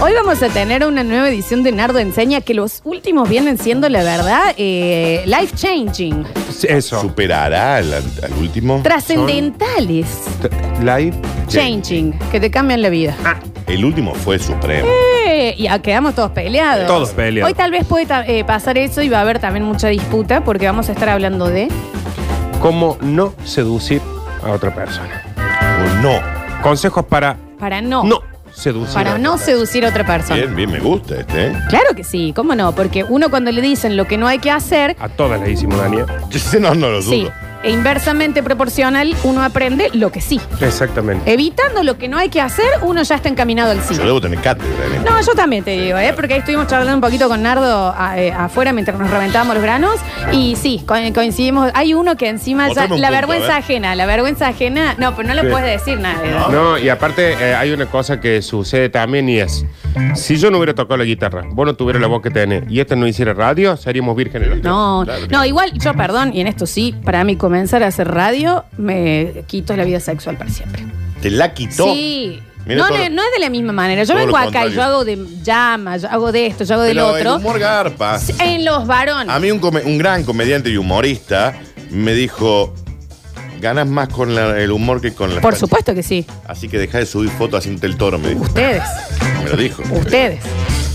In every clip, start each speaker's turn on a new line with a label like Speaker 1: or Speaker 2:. Speaker 1: Hoy vamos a tener una nueva edición de Nardo Enseña que los últimos vienen siendo, la verdad, eh, life changing,
Speaker 2: Sí, Eso.
Speaker 3: ¿Superará al, al último?
Speaker 1: trascendentales,
Speaker 2: T- Live.
Speaker 1: changing, que te cambian la vida.
Speaker 3: El último fue supremo.
Speaker 1: Eh, y ah, quedamos todos peleados.
Speaker 2: Todos peleados.
Speaker 1: Hoy tal vez puede ta- eh, pasar eso y va a haber también mucha disputa porque vamos a estar hablando de...
Speaker 2: ¿Cómo no seducir a otra persona?
Speaker 3: ¿O Pues no?
Speaker 2: Consejos para
Speaker 1: Para no,
Speaker 2: no seducir. a
Speaker 1: para
Speaker 2: otra
Speaker 1: no
Speaker 2: persona.
Speaker 1: seducir a otra persona.
Speaker 3: Bien, bien, me gusta este, ¿eh?
Speaker 1: Claro que sí, ¿cómo no? Porque uno cuando le dicen lo que no hay que hacer,
Speaker 2: A todas le hicimos, Daniel.
Speaker 3: No, no lo
Speaker 1: sí,
Speaker 3: dudo.
Speaker 1: e inversamente proporcional, uno aprende lo que sí. Eh.
Speaker 2: Exactamente.
Speaker 1: Evitando lo que no hay que hacer, uno ya está encaminado al sí.
Speaker 3: Yo debo tener cátedra ¿eh? en esto.
Speaker 1: No, yo también te digo, ¿eh? porque ahí estuvimos charlando un poquito con Nardo a- eh, afuera mientras nos reventábamos los granos y sí, co- coincidimos. Hay uno que encima ya,
Speaker 3: Mostrame un
Speaker 1: la
Speaker 3: punto,
Speaker 1: vergüenza
Speaker 3: a ver.
Speaker 1: ajena, la vergüenza ajena, no, pero no lo
Speaker 2: Sí.
Speaker 1: puedes decir nada.
Speaker 2: No, y aparte eh, hay una cosa que sucede también y es, si yo no hubiera tocado la guitarra, vos no tuvieras la voz que tenés y este no hiciera radio, seríamos vírgenes. los tres.
Speaker 1: No,
Speaker 3: Claro que
Speaker 1: no,
Speaker 3: no.
Speaker 1: igual yo, perdón, y en esto sí, para mí comenzar a hacer radio, me quito la vida sexual para siempre.
Speaker 3: ¿Te la quitó?
Speaker 1: Sí.
Speaker 3: Mira
Speaker 1: No,
Speaker 3: todo
Speaker 1: le-
Speaker 3: lo-
Speaker 1: no es de la misma manera. Yo
Speaker 3: todo
Speaker 1: vengo
Speaker 3: lo
Speaker 1: acá y
Speaker 3: contrario.
Speaker 1: yo hago de llama, yo hago de esto, yo hago del
Speaker 3: Pero
Speaker 1: otro.
Speaker 3: el humor garpa.
Speaker 1: En los varones.
Speaker 3: A mí un, come- un gran comediante y humorista me dijo, ganas más con la- el humor que con la...
Speaker 1: Por supuesto que sí.
Speaker 3: Así que deja de subir fotos haciendo el toro, me dijo.
Speaker 1: Ustedes.
Speaker 3: Me lo dijo.
Speaker 1: Ustedes.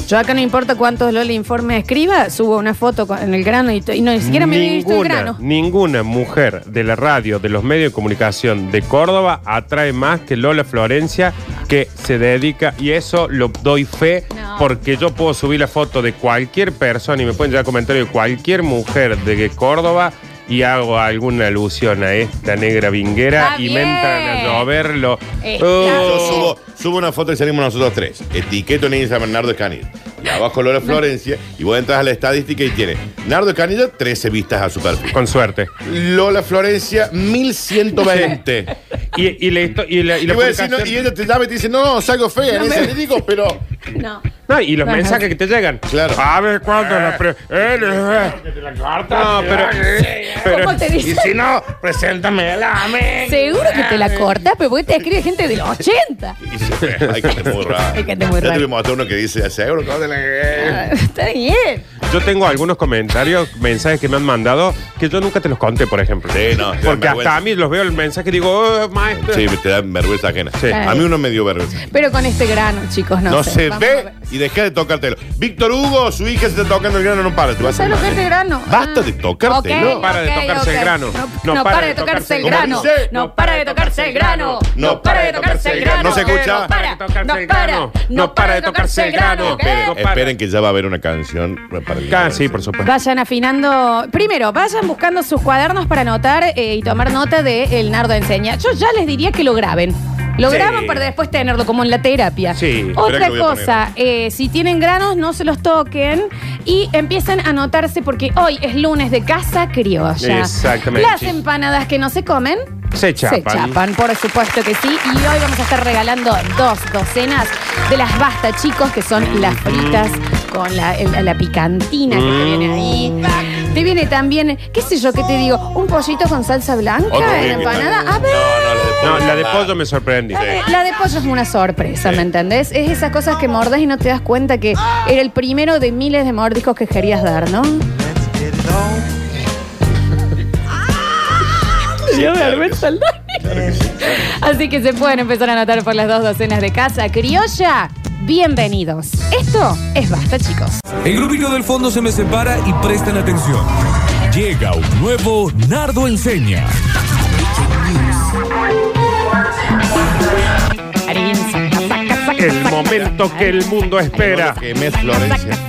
Speaker 1: Yo acá no importa cuántos LOL informe escriba, subo una foto con- en el grano y, to- y no, ni siquiera me he visto el
Speaker 2: Ninguna,
Speaker 1: grano.
Speaker 2: ninguna mujer de la radio, de los medios de comunicación de Córdoba atrae más que Lola Florencia, que se dedica, y eso lo doy fe,
Speaker 1: No.
Speaker 2: porque yo puedo subir la foto de cualquier persona y me pueden llegar comentarios de cualquier mujer de Córdoba y hago alguna alusión a esta negra vinguera
Speaker 1: Está
Speaker 2: y
Speaker 1: bien.
Speaker 2: me entran a lloverlo. Uh,
Speaker 1: Está
Speaker 3: Yo
Speaker 1: Oh.
Speaker 3: subo, subo una foto y salimos nosotros tres. Etiqueto en Instagram Nardo Escanilla. Y abajo Lola Florencia. Y vos entras a la estadística y tiene Nardo Escanilla, 13 vistas a su perfil.
Speaker 2: Con suerte.
Speaker 3: Lola Florencia, 1120.
Speaker 2: Y, y la histo- y la- y
Speaker 3: Y,
Speaker 2: la
Speaker 3: voy a decir, no,
Speaker 2: publicación-
Speaker 3: y ella te llama y te dice, no, no, salgo fea.
Speaker 1: No
Speaker 3: en
Speaker 1: me-
Speaker 3: ese, le digo, pero...
Speaker 1: No.
Speaker 2: No, y los
Speaker 1: Ajá.
Speaker 2: mensajes que te llegan.
Speaker 3: Claro.
Speaker 2: A ver cuándo la pre- eh, eh. No, pero, pero-
Speaker 1: ¿Cómo te dice?
Speaker 2: Y si no, preséntame la mí.
Speaker 1: Seguro que te la cortas, pero porque te escribe gente del 80.
Speaker 3: Y dice, Hay que te muy raro.
Speaker 1: Hay gente muy
Speaker 3: Ya
Speaker 1: rara.
Speaker 3: tuvimos hasta uno que dice, seguro que vas a la-
Speaker 1: Está bien.
Speaker 2: Yo tengo algunos comentarios, mensajes que me han mandado que yo nunca te los conté, por ejemplo.
Speaker 3: Sí, no, te da
Speaker 2: Porque
Speaker 3: vergüenza.
Speaker 2: hasta a mí los veo el mensaje y digo, oh, maestro.
Speaker 3: Sí, te da vergüenza ajena.
Speaker 2: Sí.
Speaker 3: A mí uno me dio vergüenza.
Speaker 1: Pero con este grano, chicos, no,
Speaker 3: No,
Speaker 1: sé.
Speaker 3: se
Speaker 1: Vamos a
Speaker 3: ve
Speaker 1: ver.
Speaker 3: y dejá de tocártelo. Víctor Hugo, su hija se está tocando el grano, no para. Te vas a
Speaker 1: ¿Sabes lo que
Speaker 3: hacer
Speaker 1: es este
Speaker 3: mal,
Speaker 1: grano?
Speaker 3: ¿eh? Basta
Speaker 1: Ah.
Speaker 3: de tocártelo.
Speaker 1: Ok,
Speaker 2: para de
Speaker 1: ok,
Speaker 2: tocarse
Speaker 1: ok.
Speaker 2: el grano.
Speaker 1: No, no para de tocarse el grano.
Speaker 3: ¿Cómo dice?
Speaker 1: No para de tocarse el grano.
Speaker 3: No para de tocarse el grano.
Speaker 1: No se escucha. No para. No para. No para de tocarse el grano.
Speaker 2: Esperen.
Speaker 1: ¿Qué?
Speaker 2: No para.
Speaker 3: Esperen que ya va a haber una canción para el grano.
Speaker 2: Casi, por supuesto.
Speaker 1: Vayan afinando. Primero, vayan buscando sus cuadernos para anotar eh, y tomar nota de El Nardo Enseña. Yo ya les diría que lo graben. Lo
Speaker 2: Sí.
Speaker 1: graban para después tenerlo como en la terapia.
Speaker 2: Sí, espera
Speaker 1: Otra
Speaker 3: que lo voy a
Speaker 1: cosa, eh, si tienen granos, no se los toquen y empiecen a anotarse porque hoy es lunes de casa criolla.
Speaker 2: Exactamente.
Speaker 1: Las empanadas que no se comen
Speaker 2: Se chapan.
Speaker 1: Se chapan, por supuesto que sí. Y hoy vamos a estar regalando dos docenas de las basta, chicos, que son las fritas con la, el- la picantina que te
Speaker 2: Mm.
Speaker 1: viene ahí. Te viene también, qué sé yo, qué te digo, un pollito con salsa blanca
Speaker 3: Otro
Speaker 1: en
Speaker 3: bien que
Speaker 1: empanada.
Speaker 3: está-
Speaker 1: A ver.
Speaker 2: No,
Speaker 3: No,
Speaker 2: la de pollo me sorprendí.
Speaker 1: Eh, La de pollo es una sorpresa, ¿me entendés? Es esas cosas que mordes y no te das cuenta que era el primero de miles de mordiscos que querías dar, ¿no? Me dio vergüenza el Dani. Así que se pueden empezar a anotar por las dos docenas de casa. Criolla, bienvenidos. Esto es Basta, chicos.
Speaker 4: El grupito del fondo se me separa y prestan atención. Llega un nuevo Nardo Enseña.
Speaker 1: Arín, saca, saca, saca,
Speaker 2: El
Speaker 1: saca,
Speaker 2: momento
Speaker 1: saca,
Speaker 2: que el mundo espera.
Speaker 3: Que me Florencia.
Speaker 1: arín,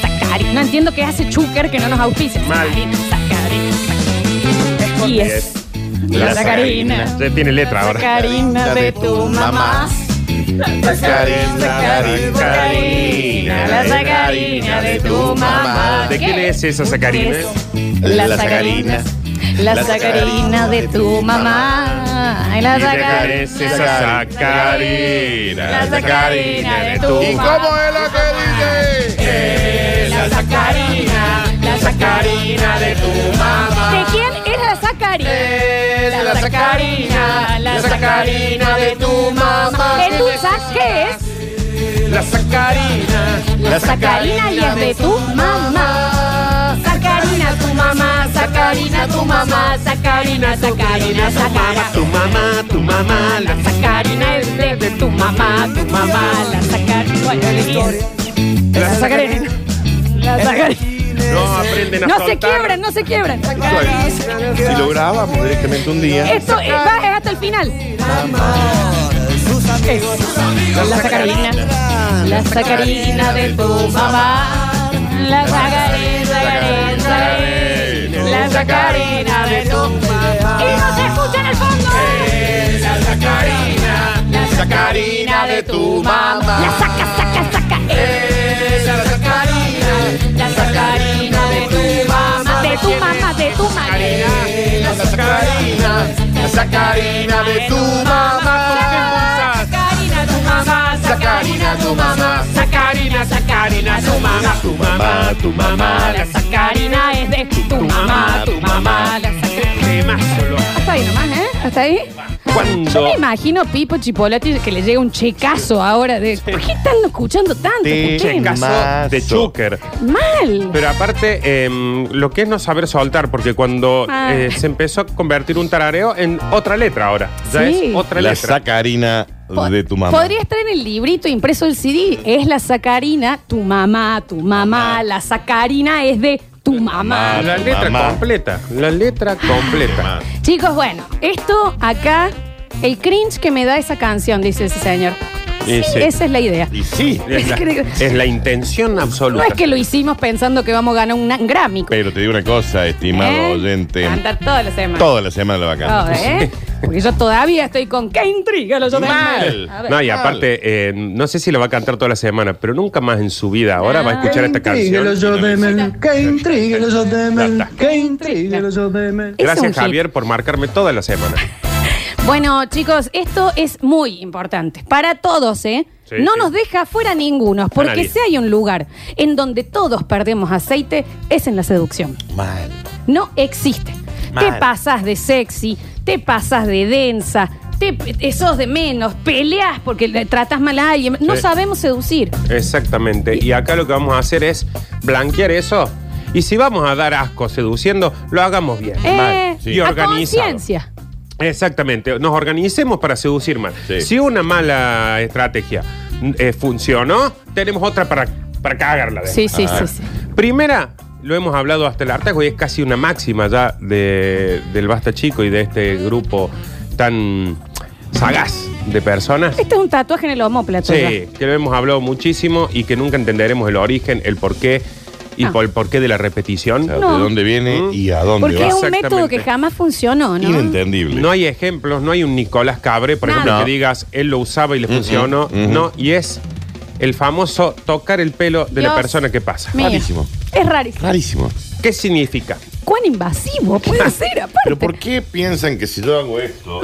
Speaker 1: saca, arín. No entiendo qué hace Chucker que no nos auspicia.
Speaker 2: Mal.
Speaker 1: Arín, saca, arín, saca. Y es...
Speaker 3: La
Speaker 1: sacarina.
Speaker 2: Ya tiene letra ahora.
Speaker 1: Sacarina de tu mamá.
Speaker 3: Sacarina,
Speaker 1: Sacarina, la sacarina de tu mamá.
Speaker 2: ¿De quién es esa sacarina?
Speaker 1: La
Speaker 3: La
Speaker 1: sacarina.
Speaker 3: sacarina.
Speaker 1: La
Speaker 3: La
Speaker 1: sacarina
Speaker 3: sacarina
Speaker 1: de
Speaker 3: de
Speaker 1: tu
Speaker 3: tu
Speaker 1: mamá. Ay, La
Speaker 2: Y dejaré
Speaker 1: sacarina.
Speaker 2: esa sacarina.
Speaker 1: La sacarina de tu
Speaker 3: ¿Y
Speaker 1: mamá. Eh,
Speaker 3: cómo es lo que dice?
Speaker 1: La sacarina. La sacarina de tu mamá. ¿De quién es la sacarina? La sacarina. La sacarina de tu mamá. ¿De tu sac qué es?
Speaker 2: la sacarina.
Speaker 3: La
Speaker 1: Sacarina y es de tu mamá. Sacarina tu mamá, Sacarina tu mamá, Sacarina, Sacarina, Sacarina.
Speaker 2: Tu mamá, tu mamá, la
Speaker 1: La sacarina es de, de tu mamá, tu mamá, la sacarina. Bueno, le dije. La sacarina. La sacarina.
Speaker 2: No aprenden a
Speaker 1: No se
Speaker 2: soltar.
Speaker 1: quiebran, no se quiebran.
Speaker 3: Si lo grabamos directamente un día.
Speaker 1: Esto eh, va es hasta el final. Eso. La sacarina. La sacarina de tu mamá. La sacarina, sacarina, sacarina. La sacarina de tu mamá. Y no se escucha en el fondo.
Speaker 2: La sacarina,
Speaker 1: La
Speaker 3: sacarina de tu mamá.
Speaker 1: La saca, saca, saca.
Speaker 2: la sacarina,
Speaker 1: La sacarina de tu mamá. De tu mamá, de tu mamá.
Speaker 2: la sacarina, la sacarina de tu mamá.
Speaker 1: Sacarina, tu mamá.
Speaker 2: Sacarina, tu mamá. Sacarina, sacarina, tu mamá. Tu
Speaker 3: mamá, tu mamá,
Speaker 1: La sacarina es de tu mamá, tu mamá. La sacarina.
Speaker 2: solo.
Speaker 1: Hasta ahí nomás, ¿eh? Hasta ahí. Yo
Speaker 2: Cuando
Speaker 1: me imagino Pipo Chipolati que le llega un checazo ahora de ¿por qué están escuchando tanto? ¿Por
Speaker 3: Te-
Speaker 1: qué?
Speaker 3: checa-
Speaker 2: caso de Chucker.
Speaker 1: Mal.
Speaker 2: Pero aparte, em, lo que es no saber soltar, porque cuando
Speaker 1: Ah.
Speaker 2: eh, se empezó a convertir un tarareo en otra letra ahora. Ya
Speaker 1: Sí.
Speaker 2: es otra
Speaker 3: La
Speaker 2: letra.
Speaker 3: sacarina de tu mamá.
Speaker 1: Podría estar en el librito impreso del CD. Es la sacarina, tu mamá, tu mamá. La sacarina es de tu mamá.
Speaker 3: Mamá.
Speaker 2: La letra
Speaker 3: Mamá.
Speaker 2: completa. La letra completa.
Speaker 1: Chicos, bueno, esto acá, el cringe que me da esa canción, dice ese señor.
Speaker 2: Y sí.
Speaker 1: Esa es la idea.
Speaker 3: Y sí,
Speaker 2: Es la, es la intención
Speaker 1: No
Speaker 2: absoluta.
Speaker 1: es que lo hicimos pensando que vamos a ganar un Grammy.
Speaker 3: pero te digo una cosa, estimado
Speaker 1: ¿eh?
Speaker 3: oyente.
Speaker 1: Cantar todas las semanas.
Speaker 3: Toda la semana
Speaker 1: Todo,
Speaker 3: la vacante.
Speaker 1: ¿eh? Porque yo todavía estoy con qué intriga lo yo tengo.
Speaker 3: Mal.
Speaker 1: A ver.
Speaker 2: No, y aparte, eh, no sé si la va a cantar toda la semana, pero nunca más en su vida ahora va a escuchar esta
Speaker 5: Que
Speaker 2: canción.
Speaker 5: intrigue los Jodemel, que intrigue los Jodemel.
Speaker 1: Ese es un
Speaker 2: Gracias,
Speaker 1: hit.
Speaker 2: Javier, por marcarme toda la semana.
Speaker 1: Bueno, chicos, esto es muy importante para todos, ¿eh?
Speaker 2: Sí,
Speaker 1: no
Speaker 2: sí.
Speaker 1: nos deja fuera ninguno, porque
Speaker 2: nadie.
Speaker 1: si hay un lugar en donde todos perdemos aceite, es en la seducción.
Speaker 3: Mal.
Speaker 1: No existe.
Speaker 3: Mal.
Speaker 1: Te pasas de sexy, te pasas de densa, te eh, sos de menos, peleas porque le tratas mal a alguien. No
Speaker 2: Sí.
Speaker 1: sabemos seducir.
Speaker 2: Exactamente. Y acá lo que vamos a hacer es blanquear eso. Y si vamos a dar asco seduciendo, lo hagamos bien.
Speaker 1: Eh,
Speaker 3: sí.
Speaker 2: Y
Speaker 1: a
Speaker 2: organizado.
Speaker 1: conciencia.
Speaker 2: Exactamente. Nos organicemos para seducir más.
Speaker 3: Sí.
Speaker 2: Si una mala estrategia mm, eh, funcionó, tenemos otra para, para cagarla. de-
Speaker 1: Sí, sí,
Speaker 3: Ah.
Speaker 1: sí, sí.
Speaker 2: Primera, lo hemos hablado hasta el hartazgo y es casi una máxima ya de- del Basta Chico y de este grupo tan sagaz de personas.
Speaker 1: Este es un tatuaje en el homóplato.
Speaker 2: Sí, que lo hemos hablado muchísimo y que nunca entenderemos el origen, el porqué y
Speaker 1: No.
Speaker 2: por el porqué de la repetición.
Speaker 3: O sea,
Speaker 1: No.
Speaker 3: ¿De dónde viene
Speaker 2: Mm.
Speaker 3: y a dónde
Speaker 1: Porque
Speaker 3: va?
Speaker 1: es un
Speaker 2: Exactamente.
Speaker 1: método que jamás funcionó, ¿no?
Speaker 3: Inentendible.
Speaker 2: No hay ejemplos, no hay un Nicolás Cabre, por
Speaker 1: Nada.
Speaker 2: ejemplo,
Speaker 3: No.
Speaker 2: que digas, él lo usaba y le funcionó.
Speaker 3: mm.
Speaker 2: No, y es el famoso tocar el pelo de la
Speaker 1: Dios
Speaker 2: persona que pasa.
Speaker 1: Mío.
Speaker 3: Rarísimo.
Speaker 1: Es rarísimo.
Speaker 3: Rarísimo.
Speaker 2: ¿Qué significa?
Speaker 1: ¿Cuán invasivo puede ser, aparte?
Speaker 3: Pero ¿por qué piensan que si yo hago esto,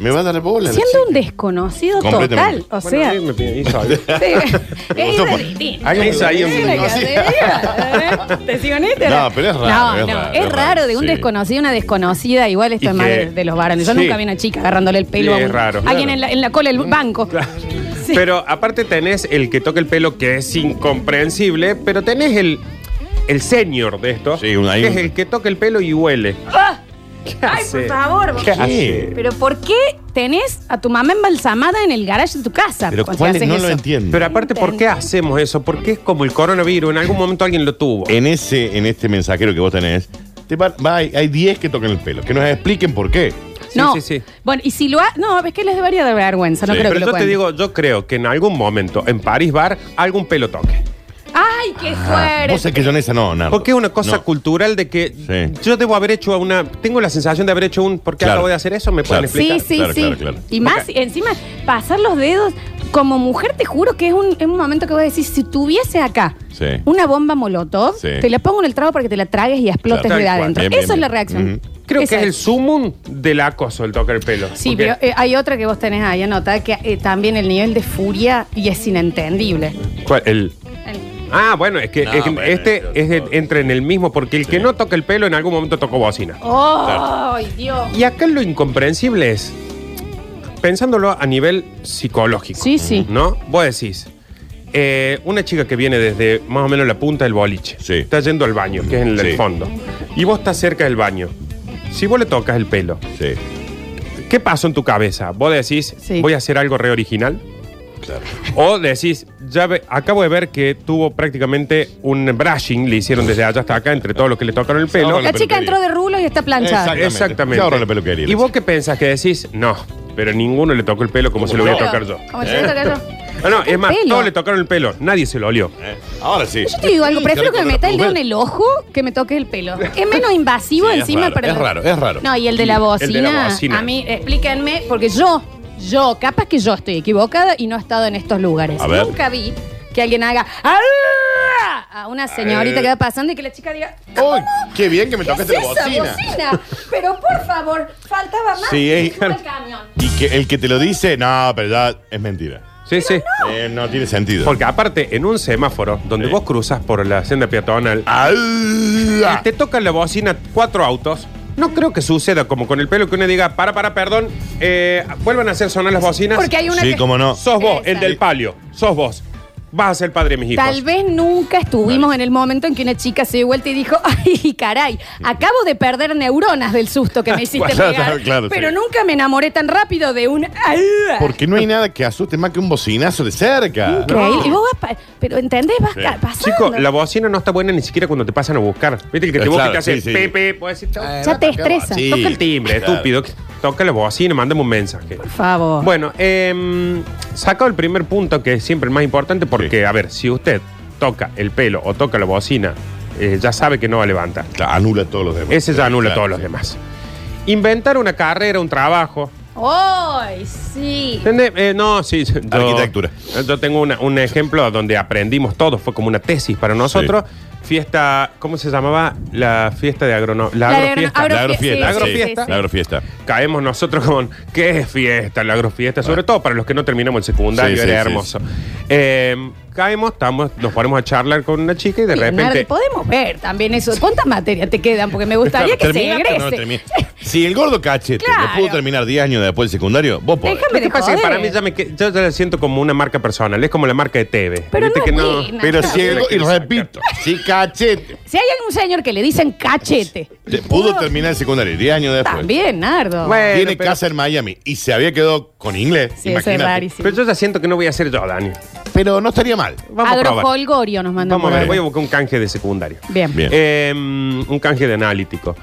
Speaker 3: me va a dar bola? la
Speaker 1: ¿Mm? Siendo un
Speaker 3: chica?
Speaker 1: desconocido
Speaker 3: Completamente.
Speaker 1: total. O sea.
Speaker 2: Bueno, sí, me hizo algo.
Speaker 1: sí. Es
Speaker 3: Somos-
Speaker 1: irreverente.
Speaker 2: Alguien hizo ahí un-
Speaker 1: Mira que
Speaker 3: Sí.
Speaker 1: hace, ¿eh? ¿Te sigo en este?
Speaker 3: No, pero es raro,
Speaker 1: No,
Speaker 3: es
Speaker 1: no,
Speaker 3: raro,
Speaker 1: es
Speaker 3: es
Speaker 1: raro
Speaker 3: raro,
Speaker 1: de un
Speaker 3: sí.
Speaker 1: desconocido, una desconocida. Igual esto
Speaker 2: Y
Speaker 1: es más
Speaker 2: que-
Speaker 1: de, de los varones. Yo
Speaker 2: sí.
Speaker 1: nunca vi una chica agarrándole el pelo
Speaker 2: Sí,
Speaker 1: a
Speaker 2: es
Speaker 1: un-
Speaker 2: raro.
Speaker 1: alguien
Speaker 2: Claro.
Speaker 1: en, la, en la cola del banco. Sí.
Speaker 2: Pero aparte tenés el que toca el pelo que es incomprensible, pero tenés el, el senior de esto,
Speaker 3: Sí, un- hay
Speaker 2: que
Speaker 3: un-
Speaker 2: es el que toca el pelo y huele. ¿Qué
Speaker 1: Ay, por
Speaker 2: hace?
Speaker 1: favor.
Speaker 2: ¿Qué
Speaker 1: vos-
Speaker 2: hace?
Speaker 1: Pero ¿por qué tenés a tu mamá embalsamada en el garage de tu casa?
Speaker 3: Pero
Speaker 1: cuando
Speaker 3: ¿cuáles
Speaker 1: haces
Speaker 3: no
Speaker 1: eso?
Speaker 3: lo entienden?
Speaker 2: Pero aparte, ¿por qué hacemos eso? Porque es como el coronavirus, en algún momento alguien lo tuvo.
Speaker 3: en ese, en este mensajero que vos tenés, te va- va- hay hay 10 que tocan el pelo. Que nos expliquen por qué.
Speaker 2: Sí,
Speaker 1: No.
Speaker 2: sí, sí.
Speaker 1: Bueno, y si lo ha... No, es que les debería dar vergüenza. No
Speaker 3: Sí,
Speaker 1: creo
Speaker 2: Pero
Speaker 1: que
Speaker 2: yo
Speaker 1: lo
Speaker 2: te
Speaker 1: cuenten.
Speaker 2: digo, yo creo que en algún momento, en París Bar, algún pelo toque.
Speaker 1: ¡Ay, qué
Speaker 3: Ah, Vos
Speaker 1: fuerte!
Speaker 3: sabés que yo en esa no, Nardo.
Speaker 2: Porque es una cosa
Speaker 3: No.
Speaker 2: cultural de que
Speaker 3: Sí.
Speaker 2: yo debo haber hecho una. Tengo la sensación de haber hecho un. ¿Por qué
Speaker 3: Claro.
Speaker 2: acabo de hacer eso? ¿Me pueden
Speaker 3: Claro.
Speaker 1: Sí,
Speaker 2: explicar?
Speaker 1: sí,
Speaker 3: Claro,
Speaker 1: sí.
Speaker 3: claro, claro.
Speaker 1: Y más, encima, pasar los dedos. Como mujer, te juro que es un, es un momento que voy a decir, si tuviese acá
Speaker 3: Sí.
Speaker 1: una bomba molotov,
Speaker 3: Sí.
Speaker 1: te la pongo en el trago para que te la tragues y explotes
Speaker 2: Claro,
Speaker 1: de
Speaker 2: tal cual.
Speaker 1: adentro.
Speaker 3: Bien,
Speaker 1: Eso
Speaker 3: bien,
Speaker 1: es
Speaker 3: bien.
Speaker 1: la reacción.
Speaker 2: Creo
Speaker 1: Esa
Speaker 2: que es el sumum del acoso el tocar el pelo.
Speaker 1: Sí,
Speaker 2: Porque-
Speaker 1: pero eh, hay otra que vos tenés ahí anotada que eh, también el nivel de furia y es inentendible.
Speaker 2: ¿Cuál? El-
Speaker 1: El-
Speaker 2: Ah, bueno, es que
Speaker 3: No,
Speaker 2: es que
Speaker 3: bueno,
Speaker 2: este
Speaker 3: yo-
Speaker 2: es de- entra en el mismo, porque el que no toca el pelo en algún momento tocó bocina.
Speaker 1: ¡Oh, Dios!
Speaker 2: Y acá lo incomprensible es, pensándolo a nivel psicológico.
Speaker 1: Sí, sí.
Speaker 2: ¿No? Vos decís, eh, una chica que viene desde más o menos la punta del boliche.
Speaker 3: Sí.
Speaker 2: Está yendo al baño, que es en el
Speaker 3: Sí.
Speaker 2: fondo. Y vos estás cerca del baño. Si vos le tocas el pelo,
Speaker 3: Sí,
Speaker 2: ¿qué pasó en tu cabeza? ¿Vos decís,
Speaker 1: Sí.
Speaker 2: voy a hacer algo re original?
Speaker 3: claro.
Speaker 2: O decís, ya ve- acabo de ver que tuvo prácticamente un brushing, le hicieron desde allá hasta acá, entre todos los que le tocaron el pelo.
Speaker 3: Ahora
Speaker 1: La
Speaker 3: la
Speaker 1: chica
Speaker 3: peluquería.
Speaker 1: entró de rulo y está planchada.
Speaker 3: Exactamente.
Speaker 2: Exactamente.
Speaker 3: Se ahorra la peluquería,
Speaker 2: ¿Y
Speaker 3: la
Speaker 2: vos qué pensás? Que decís, no, pero ninguno le tocó el pelo como
Speaker 3: Como
Speaker 2: se lo voy a
Speaker 3: yo.
Speaker 2: tocar yo. Eh. Ah,
Speaker 1: Como se lo toca yo.
Speaker 2: No, no, es más,
Speaker 1: pelo.
Speaker 2: todos le tocaron el pelo, nadie se lo olió.
Speaker 3: Eh, Ahora sí.
Speaker 1: Yo te digo algo,
Speaker 3: Sí,
Speaker 1: prefiero que
Speaker 3: claro,
Speaker 1: me meta el dedo en
Speaker 3: mujer.
Speaker 1: el ojo que me toque el pelo. Es menos invasivo
Speaker 3: Sí, es
Speaker 1: encima
Speaker 3: raro,
Speaker 1: para.
Speaker 3: es raro, es raro.
Speaker 1: No, y el de la
Speaker 2: El
Speaker 1: bocina.
Speaker 2: de la bocina.
Speaker 1: A mí, explíquenme, porque yo, yo, capaz que yo estoy equivocada y no he estado en estos lugares.
Speaker 3: A ver.
Speaker 1: Nunca vi que alguien haga "¡Ah!" a una señorita
Speaker 3: Eh.
Speaker 1: que va pasando y que la chica diga.
Speaker 3: Uy, qué bien que me
Speaker 1: ¿Qué es
Speaker 3: tocaste la
Speaker 1: esa
Speaker 3: bocina.
Speaker 1: bocina? Pero por favor, faltaba más.
Speaker 3: Sí, eh.
Speaker 1: que
Speaker 3: es-
Speaker 1: suba el camión.
Speaker 3: Y que el que te lo dice, no, pero ya es mentira.
Speaker 2: Sí, sí.
Speaker 3: Eh, no tiene sentido.
Speaker 2: Porque aparte, en un semáforo, donde
Speaker 3: Sí. Ah,
Speaker 2: vos cruzas por la senda peatonal,
Speaker 3: ¡Ala!
Speaker 2: te tocan la bocina cuatro autos. No creo que suceda como con el pelo que uno diga, para, para, perdón, eh, vuelvan a hacer sonar las bocinas.
Speaker 1: Porque hay una
Speaker 3: Sí,
Speaker 1: que-
Speaker 3: cómo no.
Speaker 2: Sos vos, el
Speaker 1: Exacto.
Speaker 2: del palio. Sos vos. Vas a ser padre de mis hijos.
Speaker 1: Tal vez nunca estuvimos en el momento en que una chica se dio vuelta y dijo, ay, caray, acabo de perder neuronas del susto que me hiciste
Speaker 3: Claro,
Speaker 1: pegar.
Speaker 3: claro,
Speaker 1: pero
Speaker 3: sí.
Speaker 1: nunca me enamoré tan rápido de un...
Speaker 3: Porque no hay nada que asuste más que un bocinazo de cerca.
Speaker 1: Increíble. Y vos vas pa- Pero, ¿entendés? Vas
Speaker 3: Sí.
Speaker 1: ca- pasando.
Speaker 2: Chico, la bocina no está buena ni siquiera cuando te pasan a buscar. Viste que te busca
Speaker 3: Eh,
Speaker 2: y
Speaker 3: claro,
Speaker 2: te hace
Speaker 3: sí, Ah, sí.
Speaker 2: pepe, puedes decir, "Chau".
Speaker 1: Ya te estresa.
Speaker 3: Sí.
Speaker 2: toca el timbre,
Speaker 3: Claro.
Speaker 2: estúpido. Toca la bocina, mándame un mensaje.
Speaker 1: Por favor.
Speaker 2: Bueno, eh, sacado el primer punto, que es siempre el más importante, porque,
Speaker 3: Sí.
Speaker 2: a ver, si usted toca el pelo o toca la bocina, eh, ya sabe que no va a levantar.
Speaker 3: Claro, Anula todos los demás.
Speaker 2: Ese ya anula
Speaker 3: Claro,
Speaker 2: todos los
Speaker 3: sí.
Speaker 2: demás. Inventar una carrera, un trabajo.
Speaker 1: ¡Ay, sí!
Speaker 2: ¿Entendés? Eh, no, sí. yo-
Speaker 3: Arquitectura.
Speaker 2: Yo tengo una- un ejemplo donde aprendimos todos, fue como una tesis para nosotros. Fiesta, ¿cómo se llamaba? La fiesta de agronomía. La,
Speaker 1: La de
Speaker 2: agrofiesta.
Speaker 1: agro- ah,
Speaker 3: La agrofiesta.
Speaker 2: sí,
Speaker 3: sí.
Speaker 2: agrofiesta.
Speaker 3: La agrofiesta.
Speaker 2: Caemos nosotros con, ¿qué es fiesta? La agrofiesta, sobre todo para los que no terminamos el secundario,
Speaker 3: Sí, sí,
Speaker 2: era
Speaker 3: sí,
Speaker 2: hermoso. Eh, caemos, estamos, nos ponemos a charlar con una chica y de
Speaker 1: Leonardo,
Speaker 2: repente...
Speaker 1: podemos ver también eso. ¿Cuántas materias te quedan? Porque me gustaría que se
Speaker 3: ¿Terminaste o no
Speaker 1: egrese.
Speaker 3: terminaste? Si el gordo cachete
Speaker 1: Claro.
Speaker 3: lo pudo terminar 10 años después del secundario, vos podés.
Speaker 1: Déjame
Speaker 2: Lo que
Speaker 1: de
Speaker 2: pasa es
Speaker 1: joder.
Speaker 2: que para mí ya me que- yo ya la siento como una marca personal, es como la marca de TV.
Speaker 1: Pero
Speaker 2: Viste
Speaker 1: no
Speaker 2: que
Speaker 1: buena.
Speaker 3: Pero
Speaker 1: Claro.
Speaker 3: si el y repito, si cachete
Speaker 1: Si hay algún señor que le dicen cachete.
Speaker 3: te pudo terminar el secundario 10 años después.
Speaker 1: También, Nardo.
Speaker 2: Pues. Bueno,
Speaker 3: Tiene
Speaker 2: pero-
Speaker 3: casa en Miami y se había quedado con inglés.
Speaker 1: Sí, eso es
Speaker 3: imagínate.
Speaker 1: rarísimo.
Speaker 2: Pero yo ya siento que no voy a ser yo, Dani.
Speaker 3: Pero no estaría mal.
Speaker 2: Vamos a probar.
Speaker 1: Agrofolgorio nos mandan
Speaker 2: Vamos a
Speaker 1: por
Speaker 2: ver,
Speaker 1: ahí.
Speaker 2: voy a buscar un canje de secundario.
Speaker 1: Bien.
Speaker 3: Bien.
Speaker 2: Eh, un canje de analítico.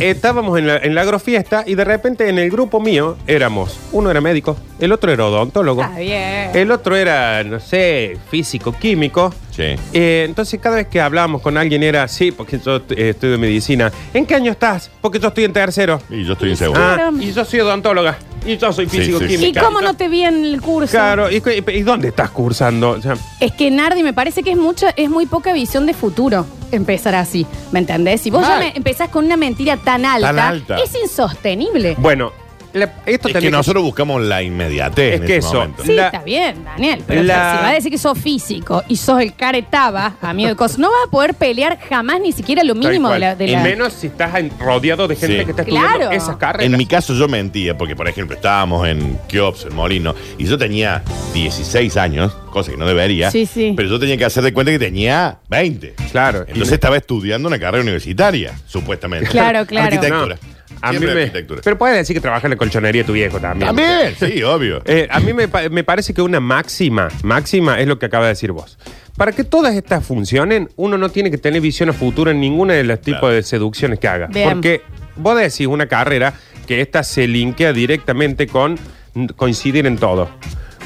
Speaker 2: Estábamos en la, en la agrofiesta y de repente en el grupo mío éramos, uno era médico, el otro era odontólogo,
Speaker 1: Está Ah, bien.
Speaker 2: el otro era, no sé, físico-químico.
Speaker 3: Sí.
Speaker 2: Eh, entonces cada vez que hablábamos con alguien era, sí, porque yo eh, estudio medicina. ¿en qué año estás? Porque yo estoy en tercero.
Speaker 3: Y yo estoy inseguro.
Speaker 2: Ah,
Speaker 1: Claro.
Speaker 2: y yo soy odontóloga, y yo soy
Speaker 3: Sí, sí, sí.
Speaker 1: ¿Y
Speaker 2: físico-química.
Speaker 1: cómo no te vi en el curso?
Speaker 2: Claro, ¿y, cu- y dónde estás cursando? O sea,
Speaker 1: Es que Nardi me parece que es mucha, es muy poca visión de futuro empezar así. ¿Me entendés? Si vos ya
Speaker 3: Mal.
Speaker 1: me- empezás con una mentira tan alta,
Speaker 3: Tan alta.
Speaker 1: es insostenible.
Speaker 2: bueno, la- esto
Speaker 3: es que
Speaker 2: tendría que-
Speaker 3: nosotros buscamos la inmediatez.
Speaker 2: Es
Speaker 3: en
Speaker 2: que
Speaker 3: ese
Speaker 2: eso-
Speaker 3: momento.
Speaker 1: Sí,
Speaker 2: La-
Speaker 1: está bien, Daniel. Pero
Speaker 2: La-
Speaker 1: si vas a decir que sos físico y sos el caretaba, amigo de cosas, no vas a poder pelear jamás ni siquiera lo
Speaker 2: Tal
Speaker 1: mínimo de
Speaker 2: cual.
Speaker 1: la. de
Speaker 2: Y
Speaker 1: la-
Speaker 2: menos si estás en- rodeado de gente
Speaker 3: Sí.
Speaker 2: que está estudiando
Speaker 1: Claro.
Speaker 2: esas carreras.
Speaker 3: En mi caso yo mentía, porque por ejemplo estábamos en Kiops, en Molino, y yo tenía 16 años, cosa que no debería,
Speaker 1: Sí, sí.
Speaker 3: pero yo tenía que hacer de cuenta que tenía 20.
Speaker 2: Claro.
Speaker 3: Entonces estaba estudiando una carrera universitaria, supuestamente.
Speaker 1: Claro, claro.
Speaker 3: Arquitectura.
Speaker 2: No, a mí
Speaker 3: Siempre
Speaker 2: me-
Speaker 3: arquitectura.
Speaker 2: Pero puedes decir que trabajas en la colchonería de tu viejo también.
Speaker 3: También, sí, obvio.
Speaker 2: Eh, a mí me, pa- me parece que una máxima, máxima es lo que acaba de decir vos. Para que todas estas funcionen, uno no tiene que tener visión a futuro en ninguna de los tipos
Speaker 3: Claro.
Speaker 2: de seducciones que haga.
Speaker 1: Bien.
Speaker 2: Porque vos decís una carrera que esta se linkea directamente con mm, coincidir en todo.